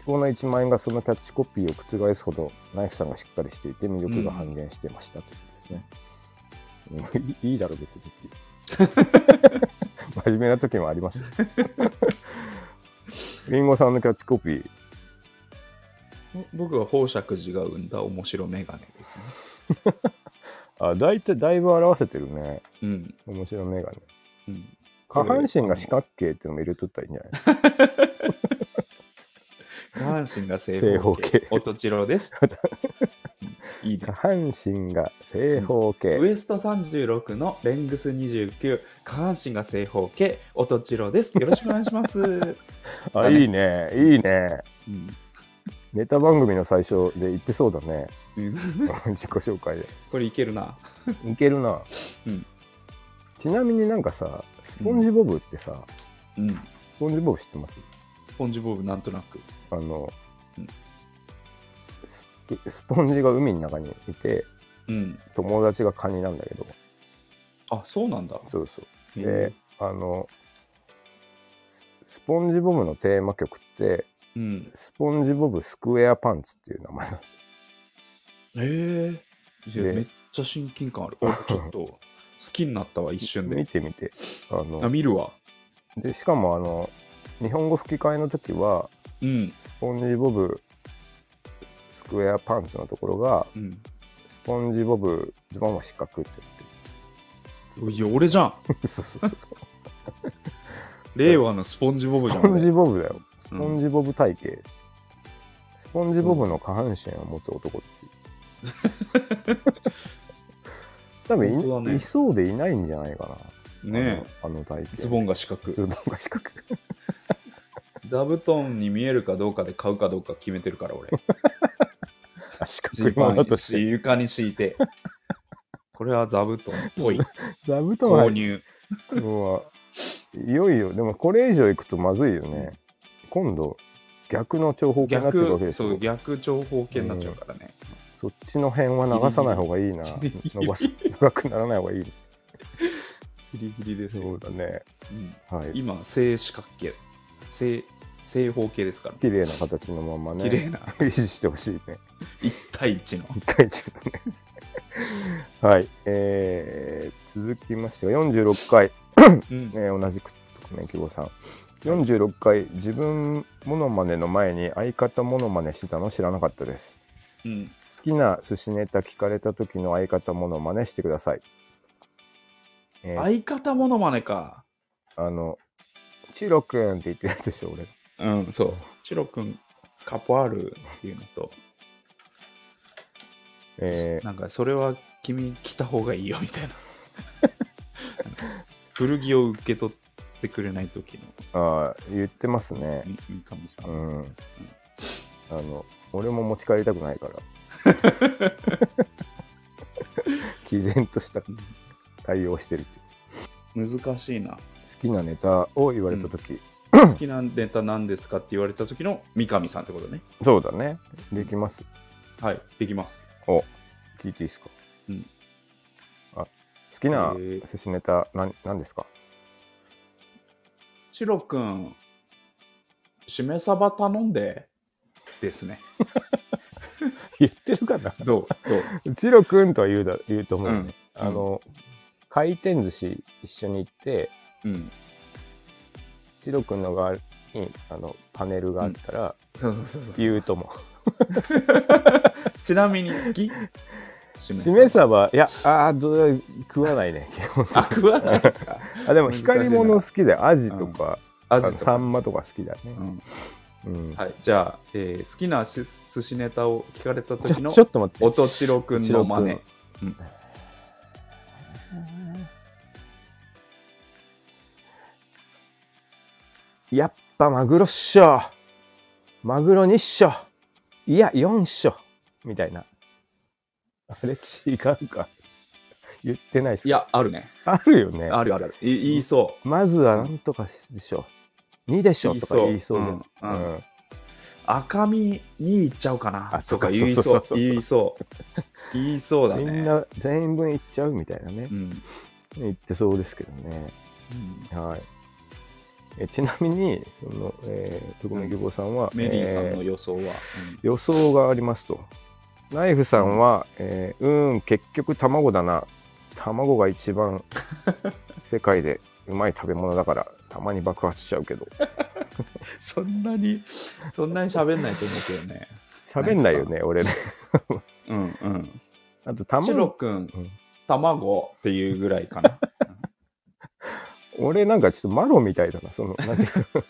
思考の1万円がそのキャッチコピーを覆すほど、ナイフさんがしっかりしていて魅力が半減してましたということですね。いいいいだろ、別にっていう。真面目な時もありま すよ。りんごさんのキャッチコピー、僕は宝石寺が生んだ面白メガネですね。あ、大体だいぶ表せてるね。うん面白いメガネ。うん、下半身が四角形っていうのも入れとったらいいんじゃないですか。下半身が正正方方形形。音千代 です。うんいいね下。半身が正方ウ形。エスト36のレングス29、下半身が正方形、 音千代です。よろしくお願いします。あ、いいね。いいね。うんネタ番組の最初で言ってそうだねうん自己紹介で これいけるな。いけるな、うんちなみになんかさスポンジボブってさ、うん。スポンジボブ知ってますスポンジボブなんとなく。あの、うんススポンジが海の中にいてうん。友達がカニなんだけどあ、そうなんだ。そうそうへで、あのススポンジボブのテーマ曲ってうん。スポンジボブスクエアパンツっていう名前なんですよへえいやでめっちゃ親近感ある。 おちょっと、好きになったわ、一瞬見で。てみてああ、の見るわ。でしかもあの日本語吹き替えの時はうん。スポンジボブスクエアパンツのところがうん。スポンジボブズボンは四角っていや、俺じ ゃん。言ってるそうそうそう令和のスポンジボブじゃスん。ポン俺ジボブだよスポンジボブ体型、スポンジボブの下半身を持つ男っていう多分本当い,、だねいそうでいないんじゃないかなねあのあの体型え。ズボンが四角。ズボンが 四角座布団に見えるかどうかで買うかどうか決めてるから、俺。あ四ジ角いーもパのンとして床に敷いて。これは座布団っぽい。座布団購入っ入。てるのはいよいよでもこれ以上いくとまずいよね今度逆の長方形になってるわ逆、けですそう、よ逆長方形になっちゃうからね。そっちの辺は流さない方がいいなギリギリ伸ばす長くならない方がいいギリギリですそよ。うだねうんはい今、正四角形。正、正方形ですから。綺麗な形のままね綺麗な維持してほしいね1対1の。 一対一のね はいえー、続きましては46回、うんえー同じく匿名希望さん46回自分モノマネの前に相方モノマネしてたの知らなかったですうん。好きな寿司ネタ聞かれた時の相方モノマネしてくださいえー相方モノマネか。あのチロくんって言ってるやつでしょ俺うん、そう。チロ君、カポアールっていうのと、えーなんか、それは君着た方がいいよみたいな。 古着を受け取ってくれない時のあー言ってますねみ三上さ。うんんあの俺も持ち帰りたくないから 毅然とした対応してるっていう難しいな。好きなネタを言われた時、好きなネタ何ですかって言われた時の三上さんってことね。そうだねできますはい、できます。お聞いていいですかうんあ好きなえ寿ー司ネタ何何ですかチロ君、しめ鯖頼んでですね。言ってるかなどうどう チロくんとは言うだ言うと思うね、うんあの回転寿司一緒に行ってうん。チロくんの側にあのパネルがあったらそうそうそうそう。言うと思う、ちなみに好き ししめさば、いや、あーどう食わないね、基本的にあ、食わないか。 あ、でも光り物好きだよ。アジとか、ああのサンマとか好きだうね。んうん。はい、じゃあ、えー好きなし寿司ネタを聞かれたち時ょのちょっと待って。音千代くんの真似千。うんやっぱマグロっしょ。マグロ2っしょ。いや、4っしょ。みたいな。あれ違うか。言ってないっすかいや、あるね。あるよね。あるあるある。い言いそまずはなんとかでしょ。2でしょとか言いそう言いじそゃううんうんん。う。赤身に行っちゃうかなあとかそうそう言いそそうう。そう言いそう。言いそうだみね。んな全員分いっちゃうみたいなねう。ん。言ってそうですけどね。うんはい。えちなみに、その、えー、徳永希望さんは、メリーさんえのー予想は。予想がありますと。ナイフさんは、えー、うーん、結局卵だな。卵が 一番世界でうまい食べ物だから、たまに爆発しちゃうけど。うんそんなに、そんなに喋んないと思うけどね。喋んないよね、俺ね。うんうん。あと、チロ卵、くんうん、卵っていうぐらい かな。俺なんかちょっとマロみたいだな。その、なんていう か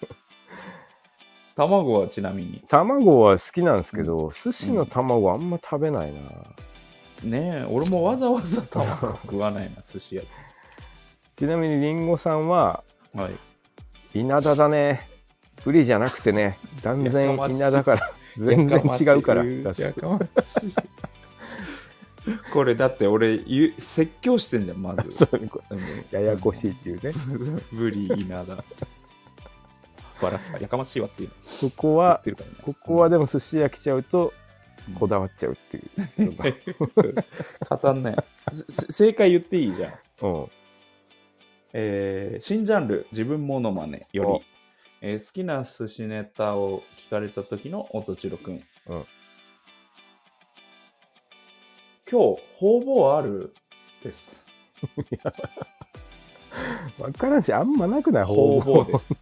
卵はちなみに。卵は好きなんですけど、寿司の卵あんま食べないな。ねえ、俺もわざわざ卵食わないな、寿司屋で。ちなみにリンゴさんは、はい。稲田だね。ブリじゃなくてね、断や然かましい稲田から全然違うかやかまらしい出すやかましいこれだって俺ゆ説教してんじゃんま ずうんややこしいっていうね無理いなだバラさやかましいわっていうのここ言はってるからねここはでも寿司屋来ちゃうとうんこだわっちゃうっていうのが、語んないせ せ正解言っていいじゃんうん、えー新ジャンル自分モノマネより、えー好きな寿司ネタを聞かれた時の音千代くん、うん今日ほぼあるです分からんしあんまなくないほうぼうぼです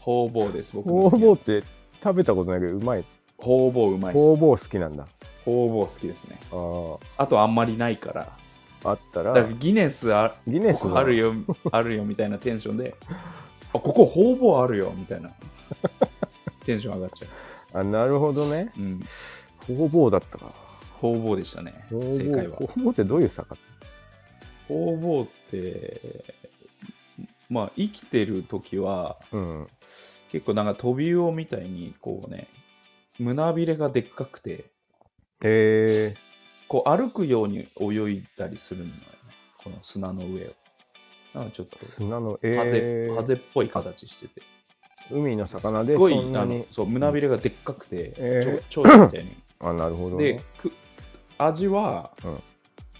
ほうぼう です僕ほのう好きぼなうって食べたことないけどうまいほうぼううまいですほうぼう好きなんだほうぼう好きですねあーあとあんまりないからあっただかららギネスあギネスここのあるよあるよみたいなテンションであここほぼあるよみたいなテンション上がっちゃあなるほどねう、うん、ほうぼうだったかほうぼうでしたねほうぼう正解はほうぼうってどういう魚ほうぼうってまあ生きてる時はうん結構なんか飛び魚みたいにこうね胸びれがでっかくてへえこう歩くように泳いだりするのよねこの砂の上をなんかちょっと砂のハゼえハゼっぽい形してて海の魚すでごいそんなあにのそう胸びれがでっかくて、えーちょちょいみたいにあなるほどでねく味は、うん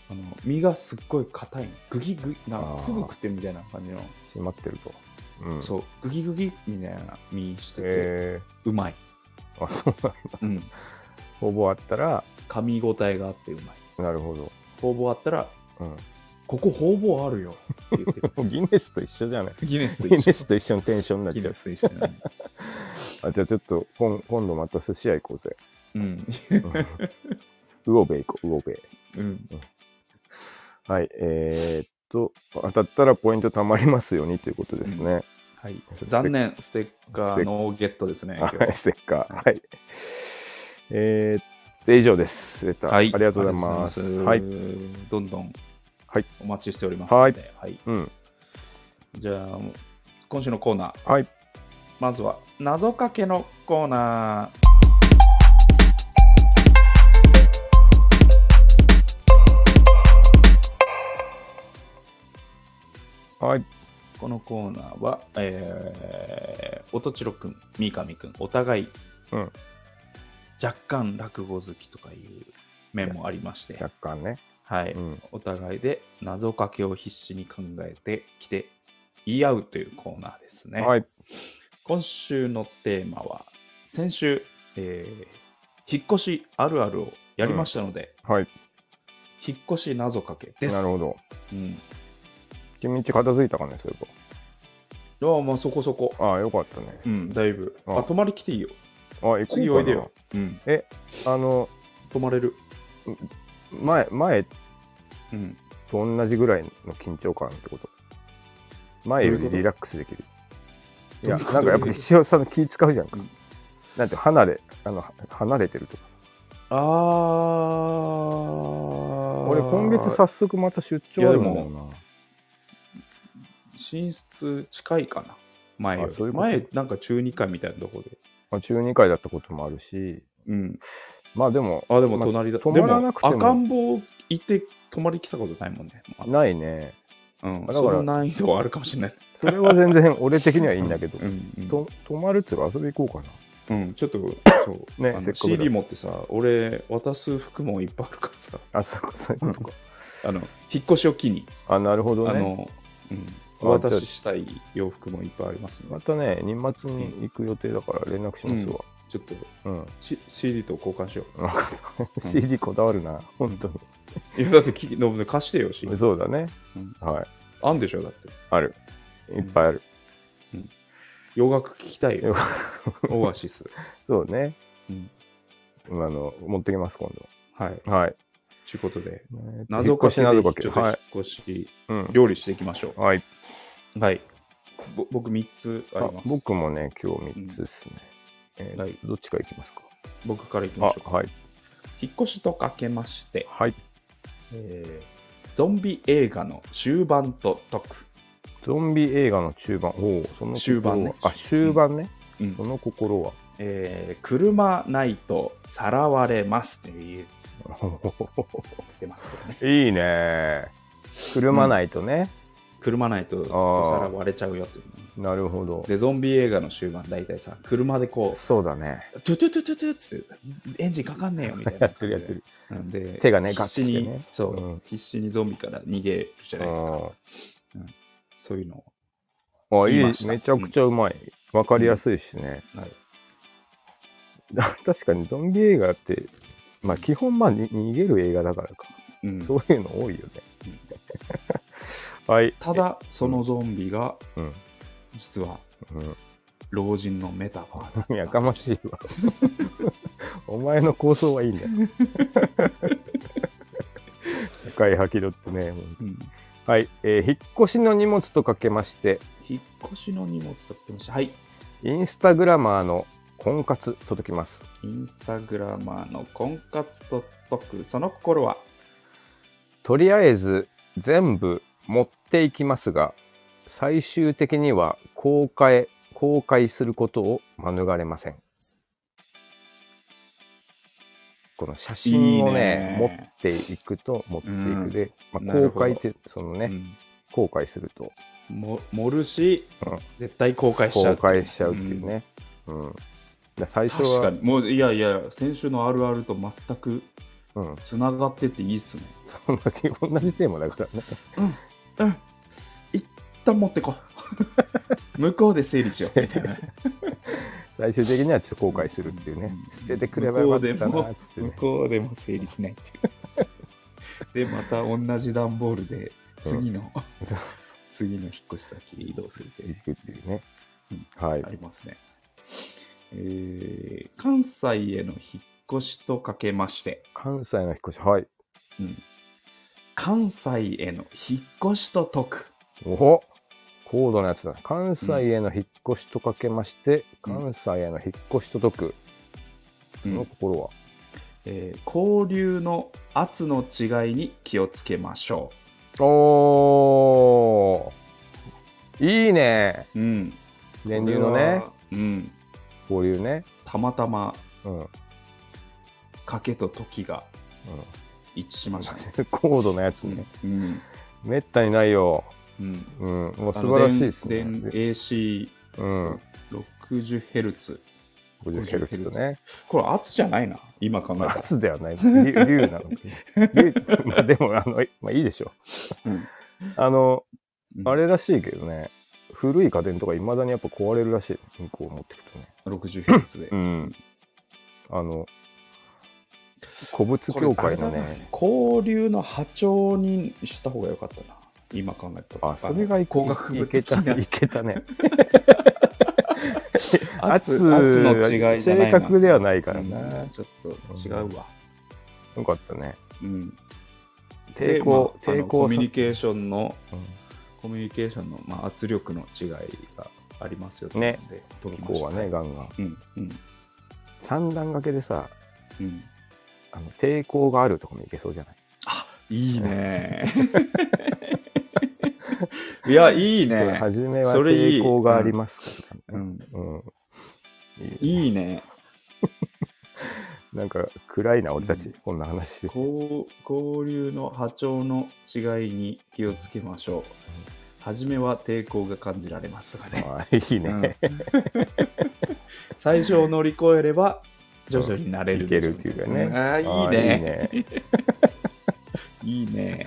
あの身がすっごい硬いのグギグギなんあかーフグ食ってるみたいな感じの、閉まってるとうんそうグギグギみたいな身してて、へえうまい、あそうなんだうん、ほうぼうあったら噛み応えがあってうまいなるほどほうぼうあったらうんここほうぼうあるよって言ってるも うギネスと一緒じゃないギネスギとネ一緒スと一緒のテンションになっギちゃネうスと一緒だねあじゃあちょっと今今度また寿司屋行こうぜうん、ウオベ行こうウオベうん、はいえー、っと当たったらポイント貯まりますようにということですね、はいそして残念ステッカーのゲットですね今は日い、ステッカー。はい。えー、で以上です。レターはいありがとうございます。ありがとうごはざいい。ますどんどんはいお待ちしておりますので、はいうん。じゃあ今週のコーナーはい。まずは謎かけのコーナはい。ーこのコーナーは、えー、音千代くん三上くんお互い、うん若干落語好きとかいう面もありまして、若干ね。はいうん。お互いで謎かけを必死に考えてきて言い合うというコーナーですね、はい。今週のテーマは先週、えー引っ越しあるあるをやりましたので、はい。引っ越し謎かけですなるほど。うん、君んち片付いたかね、そういえああまあそこそこば。ああ、よかったね。うんだいぶああ泊まり来ていいよあ、行こうかな次おいでよ。うんあの、泊まれる前、前とうん同じぐらいの緊張感ってこと。前どういうよりことリラックスできる。いどうや、いうことなんかやっぱ一応その気使うじゃんかうん。なんて離れ、あの、離れてるとか。ああ俺今月早速また出張あるんだよいやでな。寝室近いかな前よありそういうこと前なんか中2階みたいなとこでまあ、中2回だったこともあるし、うんまあでも、あでも隣だ、まあ泊まらなくてもでも赤ん坊いて泊まり来たことないもんね、まあないね。うんだからその難易度はあるかもしれないそれは全然俺的にはいいんだけど、うんうんと泊まるっつうか遊び行こうかな。うん、ちょっと、そう、ねあのせっかくだから CD 持ってさ、俺、渡す服もいっぱいあるからさ、 あ、そうか、そういうことか。あの、引っ越しを機に、あ、なるほどあね。の、うん、あお渡ししたい洋服もいっぱいありますのまで、たね、年末に行く予定だから連絡しますわ。ちょっと、うん。 C、CD と交換しよわかった CD こだわるな、本当う。いや、だってき、の貸してよ、CD に。。そうだねうん。はい。あんでしょ、だって。ある。いっぱいある。洋楽聞きたい洋よ、 オアシス。そうね。うんうんあの、持ってきます、今はい。度。はい。ちゅうことで、引謎っか越しけで、謎ちょかっけ。とはい。引っ越し、うん。料理していきましょはい。う。はい。ぼ僕、3つあります。僕もね、今日3つですね。えーはいどっちからいきますか僕からいきましょうあ、はい。引っ越しとかけまして、はい。えーゾンビ映画の終盤と解く。ゾンビ映画の中盤。おお、その心は終盤ねあ、終盤ね。うんその心は。えー車ないとさらわれますって言っおてますけどね。いいね。車ないとね。車ないとさらわれちゃうよっていうね、なるほど。で、ゾンビ映画の終盤、大体さ、車でこそうだね。う、トゥトゥトゥトゥトゥっつって、エンジンかかんねえよみたいな。やってるやってる。なんで、手がね必死ガッに、てねそう、うん必死にゾンビから逃げるじゃないですか。そういうのを。ああ、いい、言いめましたちゃくちゃうまい。わかりやすいしね。はい 確かにゾンビ映画って、まあ基本まあに逃げる映画だからか。うんそういうの多いよね。 はい。ただ、そのゾンビが、うん。実は、う老人のメタファーだったん。やかまし いわ。お前の構想はいいんだよ。 社会派気取ってね。もううんはい、えー引っ越しの荷物とかけまして、引っ越しの荷物とってました。はい。インスタグラマーの婚活届きます。インスタグラマーの婚活と解く、その心は、とりあえず全部持っていきますが最終的には公開公開することを免れませんこの写真をいいねね持っていくと持っていくで、うんまあ、公開なるっほてそのね、うん公開するとも盛るし、うん絶対公開しちゃう公開しちゃうっていうね、うんだから最うん初確かは、にもういやいや先週のあるあると全くうん、 つながってていいっすねそんだけ同じテーマだからねうん一旦持ってこ う向こうで整理しようみたいな最終的にはちょっと後悔するっていうね、うん捨ててくればよかったなっつって向ねこうでも整理しないっていうでまた同じ段ボールで次 の、次の引っ越し先へ移動するという行ねくっていうね、はいありますね、えー関西への引っ越しとかけまして関西の引っ越しはいうん関西への引っ越しと解く。おお高度なやつだ関西への引っ越しとかけまして、うん関西への引っ越しと解く、その心はえー交流の圧の違いに気をつけましょおーいいねう。うん。電流のこねれは。うん。交流ねたまたまうん、 うん、賭けと時が一致しましたね。高度なやつね、うん。めったにないよ、うん。うん、もう素晴らしいですねあの電電 AC うん、 60Hz。 50Hz とねこれ圧じゃないな。今考えたら。圧ではない竜竜なの竜まあでもあの、まあ、いいでしょうんあのうんあれらしいけどね、古い家電とかいまだにやっぱ壊れるらしい、向こう持ってくとね。 60Hz で。ん。あの、古物これ協会のあれだなね、交流の波長にした方が良かったな今考えたらあ、それがあのい工学部いけ的た、ないけたね。圧圧圧の違いじゃない正確ではないからな、なうんちょっと違うわ、よかったね。うん、抵抗、でまああの抵抗コミュニさ、ケーションのうんコミュニケーションの、まあ、圧力の違いがありますよねということで向こうはね、ガンガン。うんうん三段掛けでさ、うんあの抵抗があるとかもいけそうじゃないいい ねいやいいそうね初めはそれいい抵抗がありますから、うんうん。いいいいねなんか暗いな、俺たち、こんな話。交交流の波長の違いに気をつけましょう。初めは抵抗が感じられますがね。あいいね。うん最初を乗り越えれば徐々に慣れるいけるっていうかんね。ああ、いいあね。いいね。いいね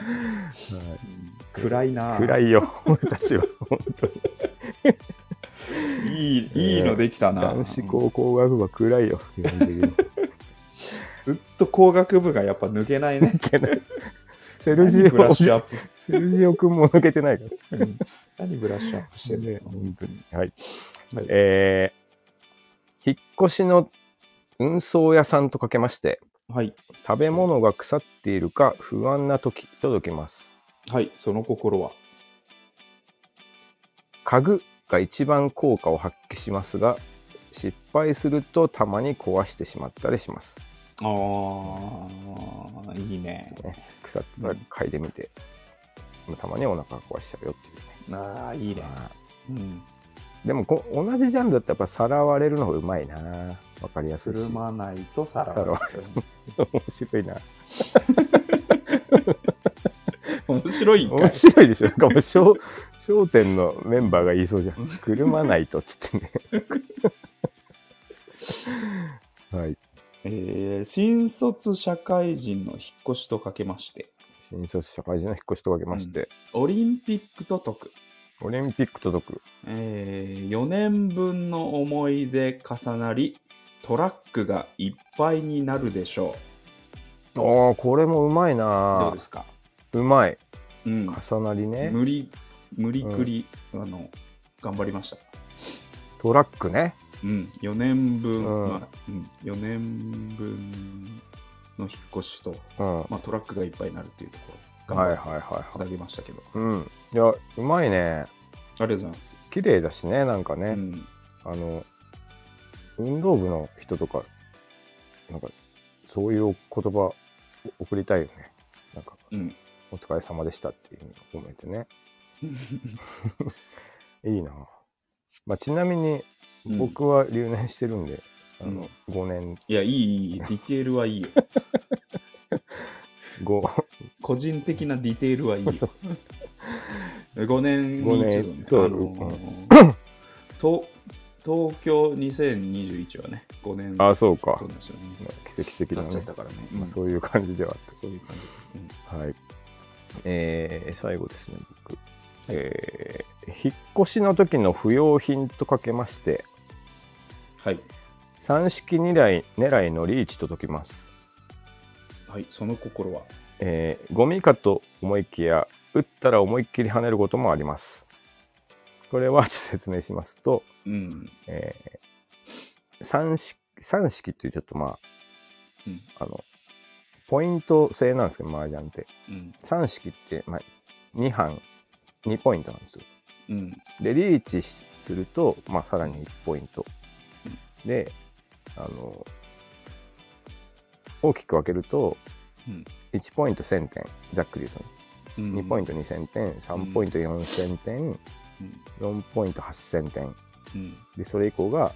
うん暗いな。暗い。いよ、俺たちは。本当に。いいいいのできたな。男子高校学部は暗いよ。基本的 にずっと工学部がやっぱ抜けない ね。セルジ何ブラオ、ッシュセアップ。ルジオ君も抜けてないか何ブラッシュアップしてら。んねね。本当に。ははいい。えー、引っ越しの運送屋さんとかけまして、はい。食べ物が腐っているか不安な時届きます。はい。その心は。家具が一番効果を発揮しますが失敗するとたまに壊してしまったりしますああ、いいね。腐ったら嗅いでみて、たまにお腹壊しちゃうよっていうねああ、いいね。うん。でもこ同じジャンルだったらやっぱさらわれるのがうまいなわかりやすついしる面まないとさらわれる。白いな 面白いんか面い。白いでしょなんかもう商商店のメンバーが言いそうじゃん車ないとっつってね はいえー新卒社会人の引っ越しとかけまして、新卒社会人の引っ越しと分けまして、オリンピックと解く。オリンピック届くえ4年分の思い出重なり、トラックがいっぱいになるでしょ。あーこれもうまいうどうなですかうまいうん。重なりね無理、無理くり、あの、頑張りました。トラックねうん、4年分、うんまあうん、4年分の引っ越しと、うんはいまあ、トラックがいっぱいになるっていうところ、はいはい頑張ってつはなげましたけど、いうんいやうまいあねりがとうございます。綺麗だしねなんかね、うん、あの、運動部の人とか、なんか、そういう言葉を送りたいよね。なんか、うん、お疲れ様でしたっていうのを込め てね。いいなまあ、ちなみに、うん僕は留年してるんで、うんあの、5年、いや、いい、いいいい、ディテールはい いよ。 5、個人的なディテールはいいよ。5年 五に年一度ね、そうあ のーと東京2021はね、5年あ、そうかそう。なんですよね。奇跡的ななっちゃねっ、たからね。まうあ、んそういう感じではあった。そういう感じ。うんはい。えー最後ですね、僕。えー引っ越しの時の不要品とかけまして、はい。三式二台狙いのリーチと解きます、はい、その心は。えーゴミかと思いきや打ったら思いっきり跳ねることもありますこれは説明しますと、うん。えー三式三式っていうちょっとまうん。ああのポイント制なんですけど麻雀ってうん。三式って、まあ、2班2ポイントなんですようん。でリーチすると、まあ、さらに1ポイントであの大きく分けるとうん1ポイント1000点ざっくり言うと、ねうん2ポイント2000点3ポイント4000点、うん4ポイント8000点うんでそれ以降が、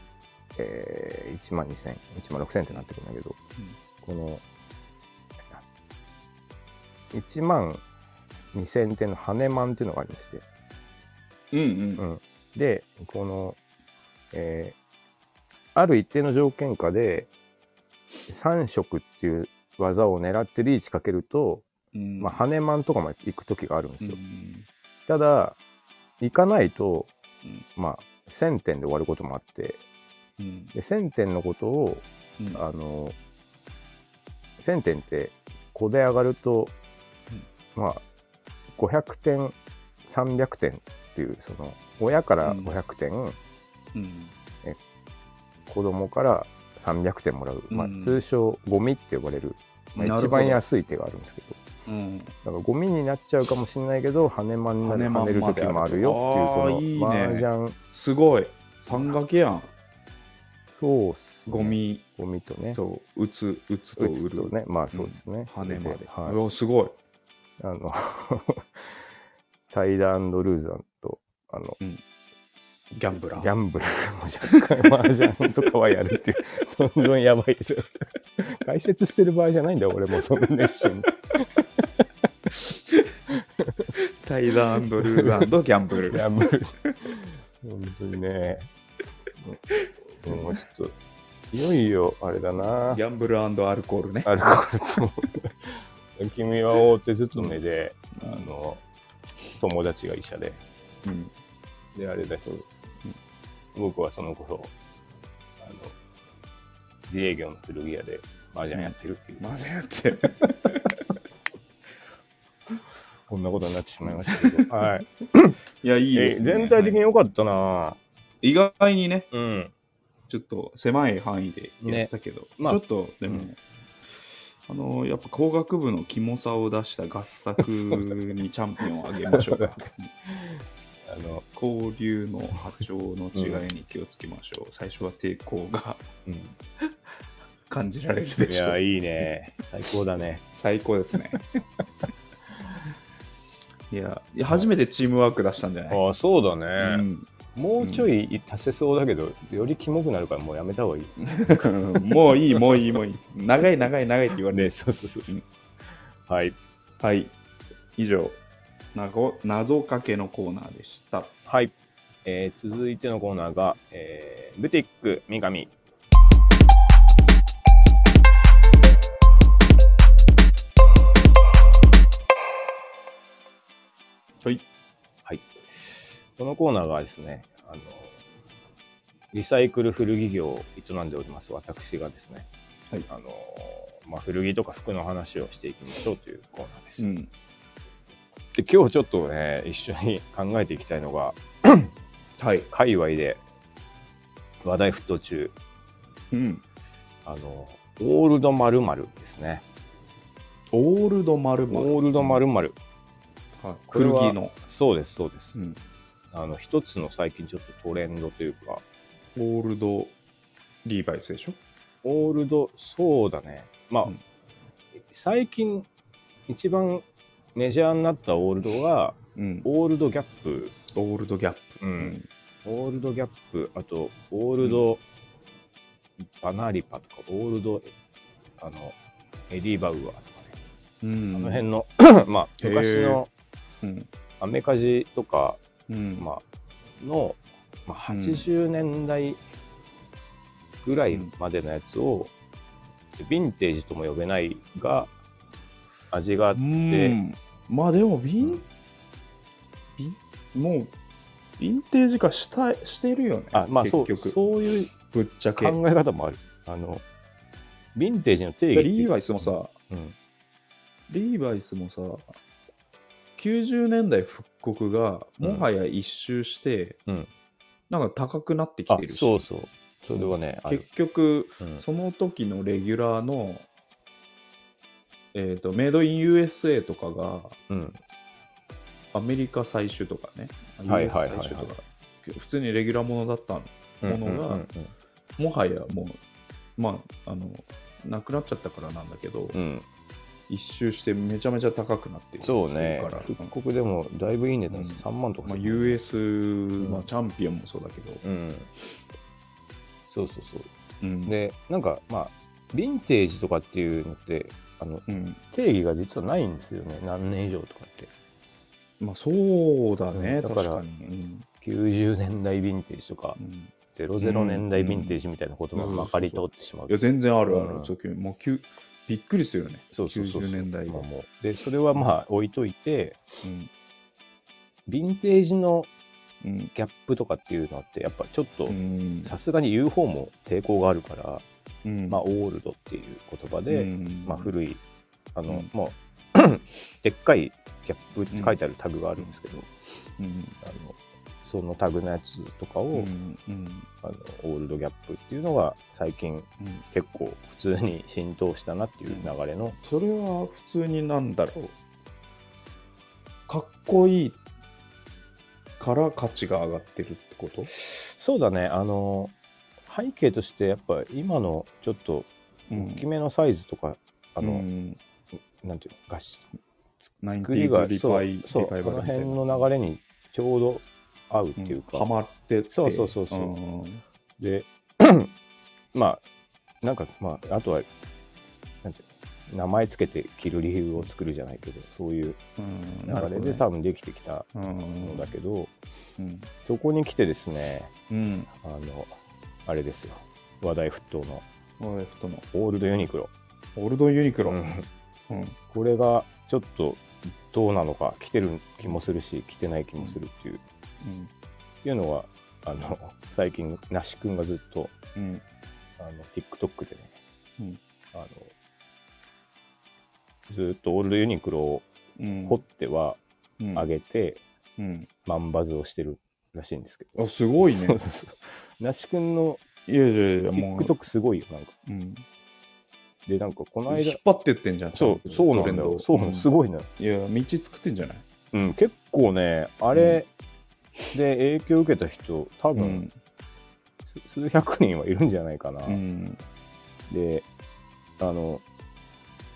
え1万2000 1万6000点になってくるんだけど、この1万2000点の羽マンっていうのがありましうてんうんでこの、えーある一定の条件下で3色っていう技を狙ってリーチかけると、うんまあ、羽マンとかまで行く時があるんですよ、うんただ行かないとうん、まあ、1000点で終わることもあってうんで1000点のことをうんあの1000点って5で上がると、まあ500点300点っていうその親から500点、うん子供から300点もらう、まあうん、通称ゴミって呼ばれる、まあなるほど一番安い手があるんですけどうんだからゴミになっちゃうかもしれないけど羽まんなり跳ねる時もあるよっていう跳このねまんまであ麻ると雀すごい三掛けやんそうっす、ね、ゴミゴミとねと打つ打つと打売つるとねまあそうですね、羽まで、はいうわすごいあの、 タイダールーザンと、あの、ギャンブラギャーンブルも若干、麻雀とかはやるっていう、どんどんやばい。解説してる場合じゃないんだよ、俺も、その熱心に。タイダールーザーとギャンブル ギャンブル。本当にね。もうちょっと、いよいよ、あれだなギ。ャンブルアルコールねアルコールつも。君は大手勤めで、あの、友達が医者で。うんであれだそう僕はその頃あの自営業の古着屋で麻雀やってるっていう、マジやってこんなことになってしまいましたけ ど、はいいやいいえですね全体的にはい良かったな、意外にねうんちょっと狭い範囲でやったけど、まあちょっとでも、うんあのやっぱ工学部のキモさを出した合作にチャンピオンをあげまし ょうかあの、交流の波長の違いに気をつけましょう、最初は抵抗がうん、感じられるでいしょやういいね最高だね最高です ねいやいや初めてチームワーク出したんじゃない、あそうだうね、んもうちょい足せそうだけど、よりキモくなるからもうやめた方がいい。もういい、もういい、もういい。長い、長い、長いって言われる。ね、そうそうそうそう。はい。はい。以上、謎謎かけのコーナーでした。はい。えー続いてのコーナーが、えーブティック三上。はい。はい。このコーナーがですね、あの、リサイクル古着業を営んでおります、私がですね、はいあの、まあ、古着とか服の話をしていきましょうというコーナーです。うん。で今日ちょっとね、一緒に考えていきたいのが、はい。界隈で話題沸騰中、うん。あの、オールド〇〇ですね。オールドマルマオールド〇〇。はい、これ古は着の、そうです、そうです。ん、あの、一つの最近ちょっとトレンドというか、オールドリーバイスでしょオールド、そうだね。まあ、うん最近、一番メジャーになったオールドは、うんオールドギャップ、オールドギャップ。うんオールドギャップ、あと、オールド、バナリパとか、オールド、あの、エディ・バウアーとかね、うん。ああの辺の、まあ、へー昔のうん。アメカジとか、うん。まあ、の、まあ、うん80年代ぐらいまでのやつを、ヴィンテージとも呼べないが味があっうて、ん、まあでも、ビン、ビン、もう、ヴィンテージ化したしてるよね。あまあそう結局そういうぶっちゃけ。考え方もあるあのヴィンテージの定義ってリーバイスもさ、うんリーバイスもさ、90年代復刻が、もはや一周して、うんなんか高くなってきあてるし、そうそうそれはね、ある結局、うんその時のレギュラーの、えっ、と、メイドイン USA とかが、うんアメリカ最終とかね、はいはいはいはい US 最終とか、普通にレギュラーものだったの。ものがうんうんもはやもう、まあ、あの、なくなっちゃったからなんだけど、うんうん一周してめちゃめちゃ高くなってるそうねから、復刻でもだいぶいい値段です、う3万とかまあ、する US、まあ、チャンピオンもそうだけど、うんそうそうそううんでなんかまあヴィンテージとかっていうのってあのうん定義が実はないんですよね何年以上とかってまあ、そうだね、うんだから確かに。うん90年代ヴィンテージとかうん00年代ヴィンテージみたいなこともうんまかり通ってしまういや、全然あるあうんる、時もうきゅびっくりするよね、そうそうそうそう90年代まはあ。もうでそれはまあ置いといてうんヴィンテージのうんギャップとかっていうのってやっぱちょっとうんさすがに言う方も抵抗があるから、うんまあ、オールドっていう言葉で、うんまあ、古いあの、うんもう でっかいギャップって書いてあるタグがあるんですけど、うんあのそのタグのやつとかを、うんうんあのオールドギャップっていうのが最近うん結構普通に浸透したなっていう流れの、それは普通になんだろうかっこいいから価値が上がってるってことそうだねあの背景としてやっぱ今のちょっとうん大きめのサイズとか、ああの、うん、なんていうのガシナインテ作ィりーがズリそバうイそうリバイこバルのみたい辺なの流れにちょうど合うっていうか、ハマっててそうそうそうそうんで まあなんかまああとはなんていうの名前つけて着る理由を作るじゃないけどそういううんなるほ流れどでね多分できてきたうんのだけど、うんそこに来てですねうんあのあれですよ話題沸騰のワイフトのオールドユニクロ、オールドユニクロ、ううんんこれがちょっとどうなのか着てる気もするし着てない気もするっていう,、うんいうのはあの最近那須君がずっとうんあの TikTok でね、うんあのずっとオールドユニクロをうん掘ってはうん上げて、うん万バズをしてるらしいんですけど。あすごいそうねそうそう。那須君のいやいやいやもう、 TikTok すごいよ、なんか。うん、で、なんかこの引間っ、張ってってんじゃんそう、そうなんだよ。そうなの、すごいごいな。いや道作ってんじゃないうん、結構ね、あれで影響受けた人、多分、す数百人はいるんじゃないかな。うんで、あの、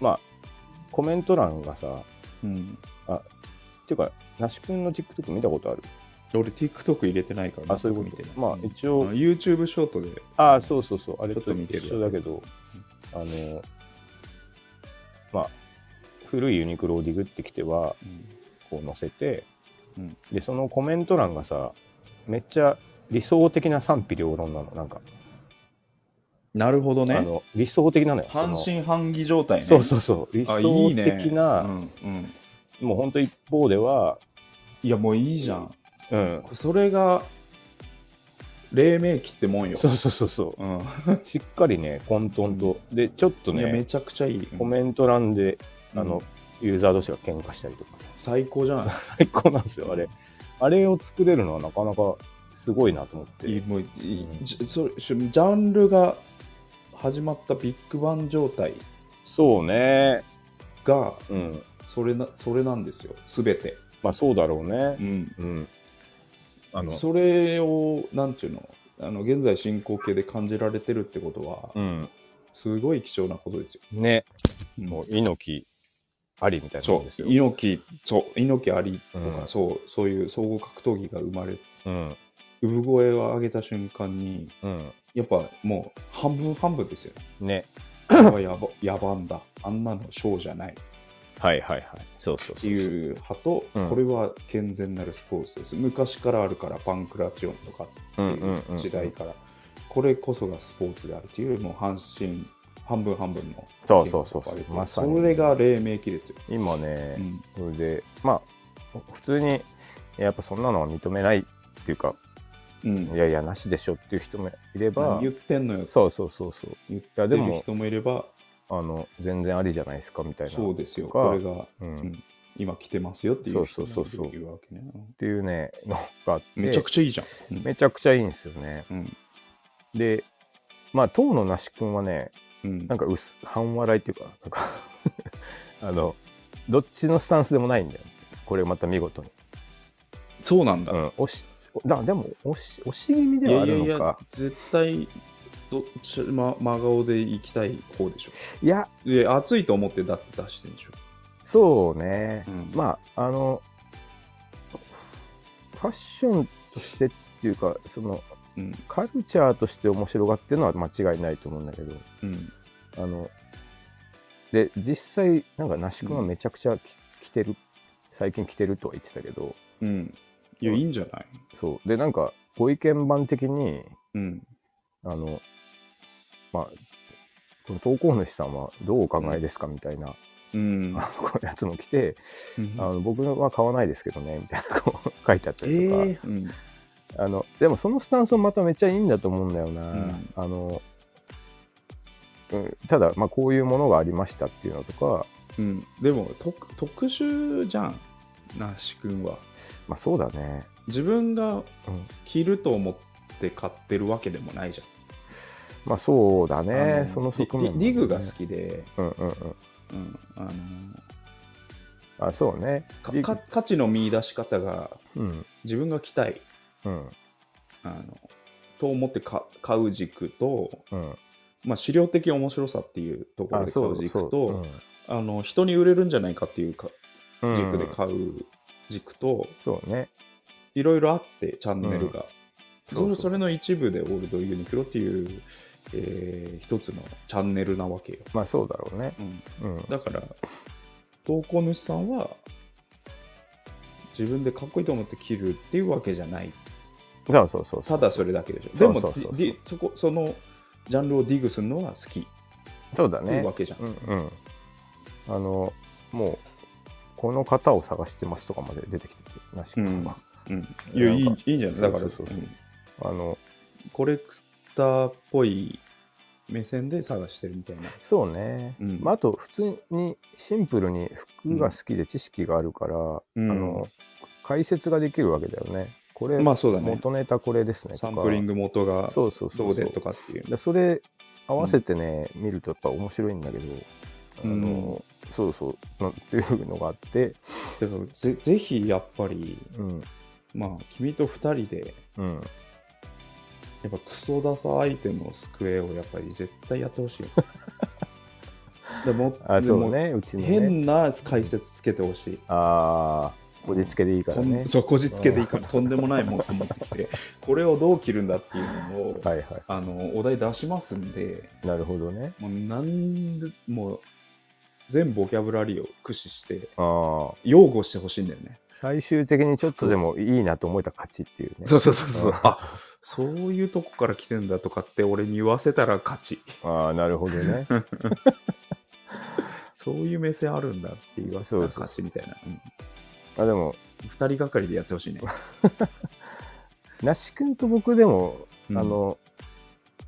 まあ、コメント欄がさ、うんっていうか、那須君の TikTok 見たことある俺 TikTok 入れてないからあそういうこと全く見てないまあうん一応 YouTube ショートでああ、そうそうそう、あれちょっとと見てる一緒だけど、あの、まあ、古いユニクロをディグってきては、こう載せて、うんで、そのコメント欄がさ、めっちゃ理想的な賛否両論なの、なんか、なるほどあねの理想的なのよ。その半信半疑状態ねそうそうそう、理あ想いいね的な、うんうんもう本当一方では、いやもういいじゃんうん、それが黎明期ってもんよそうそうそうそううんう、しっかりね、混沌と、で、ちょっといやめね、ちゃくちゃいいコメント欄で、あうのん、ユーザー同士が喧嘩したりとか。 最高じゃない最高なんですよあれあれを作れるのはなかなかすごいなと思っていいもういいうんじそれしジャンルが始まったビッグバン状態そうねがうんそれなそれなんですよ全て、まあそうだろうねうん、うんあのそれをなんていうのあの現在進行形で感じられてるってことは、うんすごい貴重なことですよ、ねもうもう猪木ありみたいなもんそですうよ猪木そう猪木ありとか、うんそうそういう総合格闘技が生まれうん産声を上げた瞬間にうんやっぱもう半分半分 ですよねやばやば野蛮だあんなのショーじゃないはいはいはいそうそっうそていう派と、うんこれは健全なるスポーツです昔からあるからパンクラチオンとかってうんうんうんういうん時代からこれこそがスポーツであるっていうもう半信半分半分のそうそうそう意見が割れてまさにそれが黎明期ですよ、今ね、うんそれでまあ普通にやっぱそんなのは認めないっていうかうんいやいやなしでしょっていう人もいれば言ってんのよそうそうそうそう言ってやでもる人もいればあの全然ありじゃないですかみたいなそうですよとかこれが、うんうん今来てますよっていう人そうそうそうそういるわけねうんっていうねのがあってめちゃくちゃいいじゃん、うんめちゃくちゃいいんですよねうんでまあ当のなし君はねうんなんか薄半笑いっていうかなんか あのどっちのスタンスでもないんだよこれまた見事に、そうなんだ、うん、おしだでも押し押し気味いではやあいやるのいかいやや絶対どっち、ま、真顔で行きたい方でしょいや、暑いと思ってだって出してんでしょ。そうね、うんまああのファッションとしてっていうかそのうん。カルチャーとして面白がってるのは間違いないと思うんだけどうん。あの、で、実際、なんか、那須君はめちゃくちゃき着てる、最近着てるとは言ってたけど、うん。いや、いいんじゃないそう。で、なんか、ご意見番的に、うん。あの、まあ、この投稿主さんはどうお考えですかみたいな、うん。あのこういうやつも来て、うんあの僕は買わないですけどね、みたいな、こう 書いてあったえりとか、ーうん。あの、でもそのスタンスもまためっちゃいいんだと思うんだよな。うんあの、うん、ただ、まあ、こういうものがありましたっていうのとか、うん。でも、と特殊じゃん。なし君は。まあ、そうだね。自分がうん着ると思って買ってるわけでもないじまあそうだゃん。あね、のその側面もね、リリリグが好きで、うんうんうん。うん。あの、あ、そうね。かリグか価値の見出し方が、うん自分が着たい。うんあの、と思ってか買う軸と、うん。まあ、資料的面白さっていうところであ、買そうう軸そう。と、あの人に売れるんじゃないかっていうかうん軸でうん買う軸とそうね。いろいろあってチャンネルが、うんそそうそうそれの一部でオールドユニクロっていう、えー一つのチャンネルなわけよ、まあそうだろうね。うん。だから投稿主さんは自分でかっこいいと思って切るっていうわけじゃないそうそうそうそたう。だそれだけでしょでそうもそうそうそうディディそこそのジャンルをディグするのは好きっそうだていねうわ。けじゃん、うんうん。あの、もう、この方を探してますとかまで出てきてるなしかうんうんいやいいいいんじゃないだからそうそうそうそううんあの、コレクターっぽい目線で探してるみたいな。そうね。うんまああと、普通にシンプルに服が好きで知識があるから、うんあの、解説ができるわけだよね。これ、まあそうだね。元ネタこれですねとか。サンプリング元がそうそうそどううそでうとかっていう。でそれ合わせてね、見るとやっぱ面白いんだけどあの、そうそうなっていうのがあってだからぜぜひやっぱり、うんまあ君と2人で、うんやっぱクソダサアイテムのスクエアをやっぱり絶対やってほしい よ。でもあそうでもねうちのね変な解説つけてほしい。あこじつけでいいからとねん。そうこじつけていいからとんでもないもんと思ってきてこれをどう切るんだっていうのを、はいはあのお題出しますんでい。なるほどね。もうなんでもう全ボキャブラリーを駆使してああ。擁護してほしいんだよね。最終的にちょっとでもいいなと思えたら勝ちっていうね。そうそうそうそううん。あそういうとこから来てんだとかって俺に言わせたら勝ち。ああ、なるほど ね。そういう目線あるんだって言わせたら勝ちみたいな。うんあでも、二人がかりでやってほしい ね。那須君と僕でも、うんあの、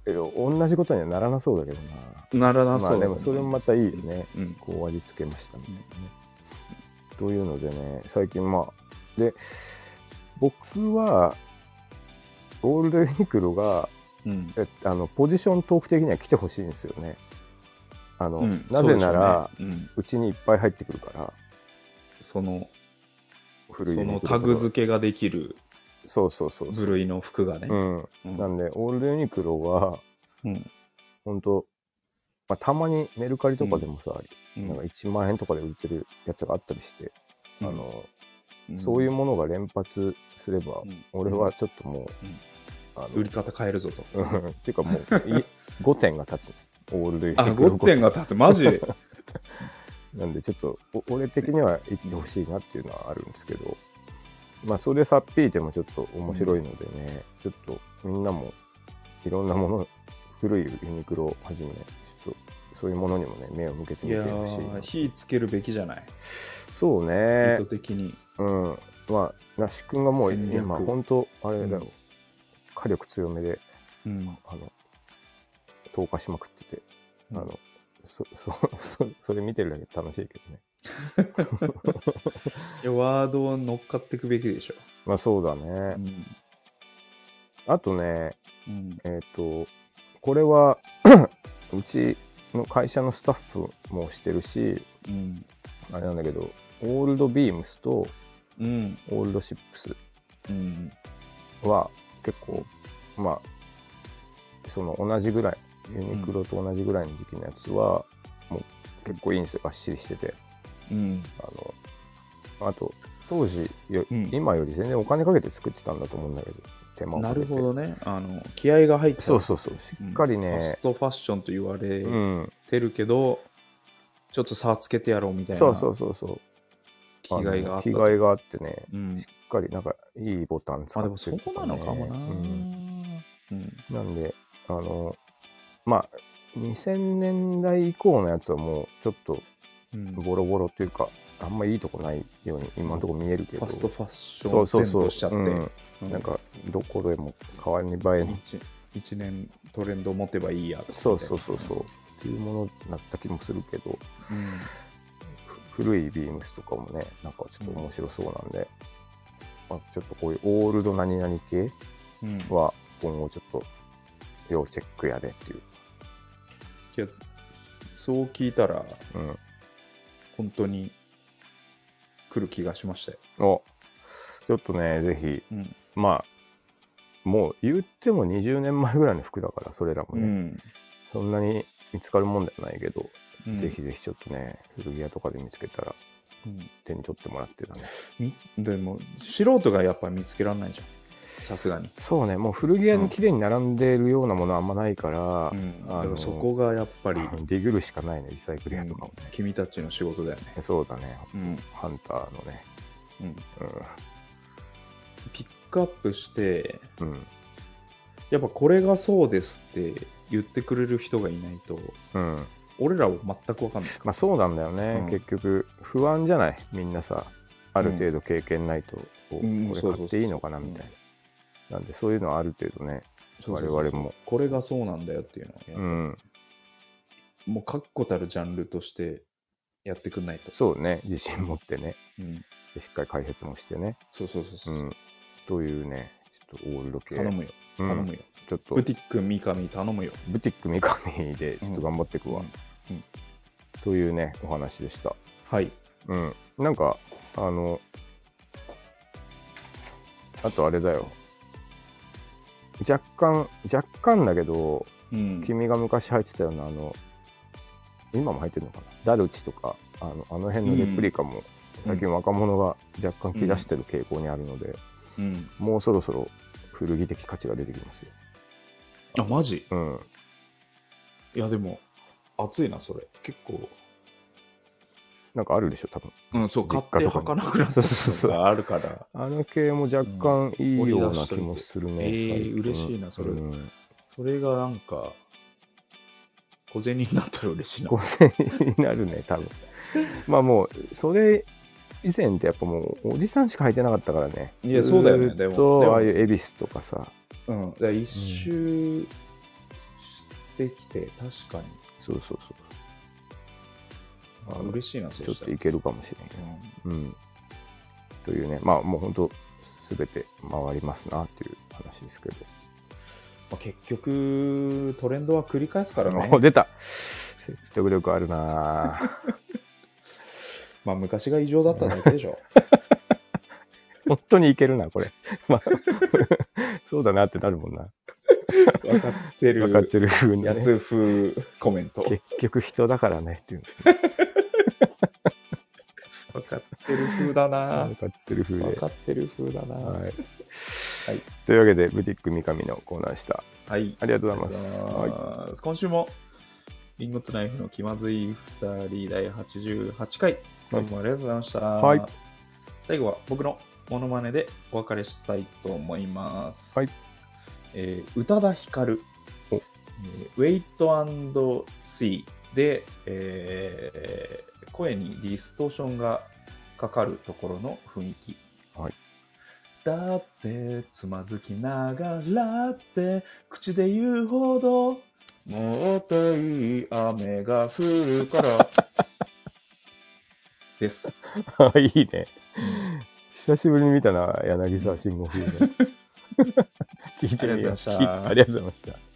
え同じことにはならなそうだけどな。ならまなそうだあね、でもそれもまたいいよね。うん。こう味付けましたみたいなね。というのでね、最近まあ、で、僕は、ゴールデンウィークロが、うん。えあのポジショントーク的には来てほしいんですよね。あの、うんなぜなら、、そうでしょうねうんうちにいっぱい入ってくるから、その、古いそユニのクロとかタグ付けができるそうそうそうそ部類の服がねう。。うん。うんなんで、オールドユニクロは、うんほんと、まあ、たまにメルカリとかでもさ、うんなんか1万円とかで売ってるやつがあったりして、うんあの、そういうものが連発すれば、うん俺はちょっともう、あ売り方変えるぞと。の、うん、 っていうかもう、い5点が立つ、ね、オールドユニクあ、ロ5点が立つ。 マジで。なんでちょっとお俺的には行ってほしいなっていうのはあるんですけど、まあそれさっぴいてもちょっと面白いのでね、ちょっとみんなもいろんなもの、古いユニクロをはじめ、ちょっとそういうものにもね、目を向けていみてやほしいー、な。火つけるべきじゃない。そう意ね図、的に。うん。まあ、那須君がもう戦略今、本当あれだよ、うん火力強めで、うん。あの、投下しまくってて、うんあの、そ、そ、そ それ見てるだけで楽しいけどね。いやワードは乗っかっていくべきでしょ。まあそうだねう。ん。あとね、うん。えっ、と、これは、 うちの会社のスタッフもしてるし、うん。あれなんだけど、オールドビームスとうん。オールドシップスうん。は結構、まあ、その同じぐらい、ユニクロと同じぐらいの時期のやつは、もう結構いいんですよ、がっしりしてて。うん。あの、あと、当時よ、うん今より全然お金かけて作ってたんだと思うんだけど、手間をなかけるて。ほどね。あの、気合が入ってたそうそうそう、しっかりファねス、トファッションと言われうん、てるけど、ちょっと差つけてやろうみたいなそうそうそうそう。気概があった着と。替えがあってね、うんしっかりなんかいいボタン使まあっでてもそとかねこなのかもな。うんうん。なんで、あの、まあ、2000年代以降のやつはもうちょっとうんフボロボロというか、あんまいいとこないように今のところ見えるけど、ァストファッシそうそョうン全そう部しちゃって。うんうんなんかどこでも変わり映えに、一一年トレンド持てばいいやそうそうそうそう、っていうものになった気もするけど、うん。ふ古いビームスとかもね、なんかちょっと面白そうなんで、まあ、ちょっとこういうオールド何々系うん。いは今後ちょっと要チェックやでっていう、やそう聞いたら、うん、本当に来る気がしましたよ。おちょっとねぜひうん。まあもう言っても20年前ぐらいの服だからそれらもね、そんなに見つかるもんではないけど、うんぜひぜひちょっとね古着屋とかで見つけたらうん手に取ってもらってだねみでも素人がやっぱ見つけられないじゃんさすがに、そうねもう古着屋に綺麗に並んでるようなものはあんまないから、うん、だあからのそこがやっぱり、ディグるしかないねリサイクル屋とかもね、君たちの仕事だよね、そうだねうんハンターのねピックアップしてうんうんやっぱこれがそうですって言ってくれる人がいないとうん俺らは全く分かんないかまあそうなんだよね、うん結局不安じゃないみんなさある程度経験ないと、こううんこれそうそう買っていいのかなみたいな、なんでそういうのはある程度ねそう我そうそう々もこれがそうなんだよっていうのをね、うんもう確固たるジャンルとしてやってくんないと、そうね自信持ってねうん、でしっかり解説もしてね、そうそうそうそうう、ん、というねちょっとオールド系頼むようん頼むよ、ちょっとブティック三上頼むよブティック三上でちょっと頑張っていくわ、うんうんというねお話でしたはいうんなんかあのあとあれだよ若干若干だけどうん君が昔入ってたようなあの今も入ってるのかなダルチとかあのあの辺のレプリカも最近若者が若干気出してる傾向にあるので、うん。もうそろそろ古着的価値が出てきますあ、よ。マジうん。いや、でも、熱いな、それ。結構。なんかあるでしょ、多分。うん、そう、買実っ家てとか履にかなくなっちゃったのがあるから。あの系も若干いいうんような気もするね。掘り出しといてえー嬉し最近いなそれうんそれがなんか、小銭になったら嬉しいな。 5000円になるね、多分。まあもう、それ以前ってやっぱもう、おじさんしか履いてなかったからね。いやそうだよねずーっでもでもと、ああいう恵比寿とかさ、うん。だから一周してきて、確かに。そうそうそあうん、嬉しいな、そうちょっしたとらい。けるかもしれないけうど。んうん。というね、まあもう本当、すべて回りますなっていう話ですけど。まあ、結局、トレンドは繰り返すからねお。出た説得力ある なぁまあ、昔が異常だっただけでしょ。本当にいけるな、これ。まあ、 そうだなってなるもんな。分かって分かっるてる風に、やね。つ風コメント。結局人だからねっていう。分かってる風だな分。かってる風分で。かってる風だな。はいはい。というわけで、ブティック三上のコーナー でした。はい。ありがとうごあざりいがとまうす。ございます今週も、リンゴとナイフの気まずい2人第88回、どうもありがとうございました。はい最後は僕のモノマネでお別れしたいと思います。はいえー宇多田ヒカル、おえーウェイトアンドシーで、えー声にディストーションがかかるところの雰囲気。はいだってつまずきながらって口で言うほどもっといい雨が降るから です。はい。いいね。久しぶりに 見たな、柳沢慎吾風の。聞いてみありよう。がとうございました 聞いありがとうございました。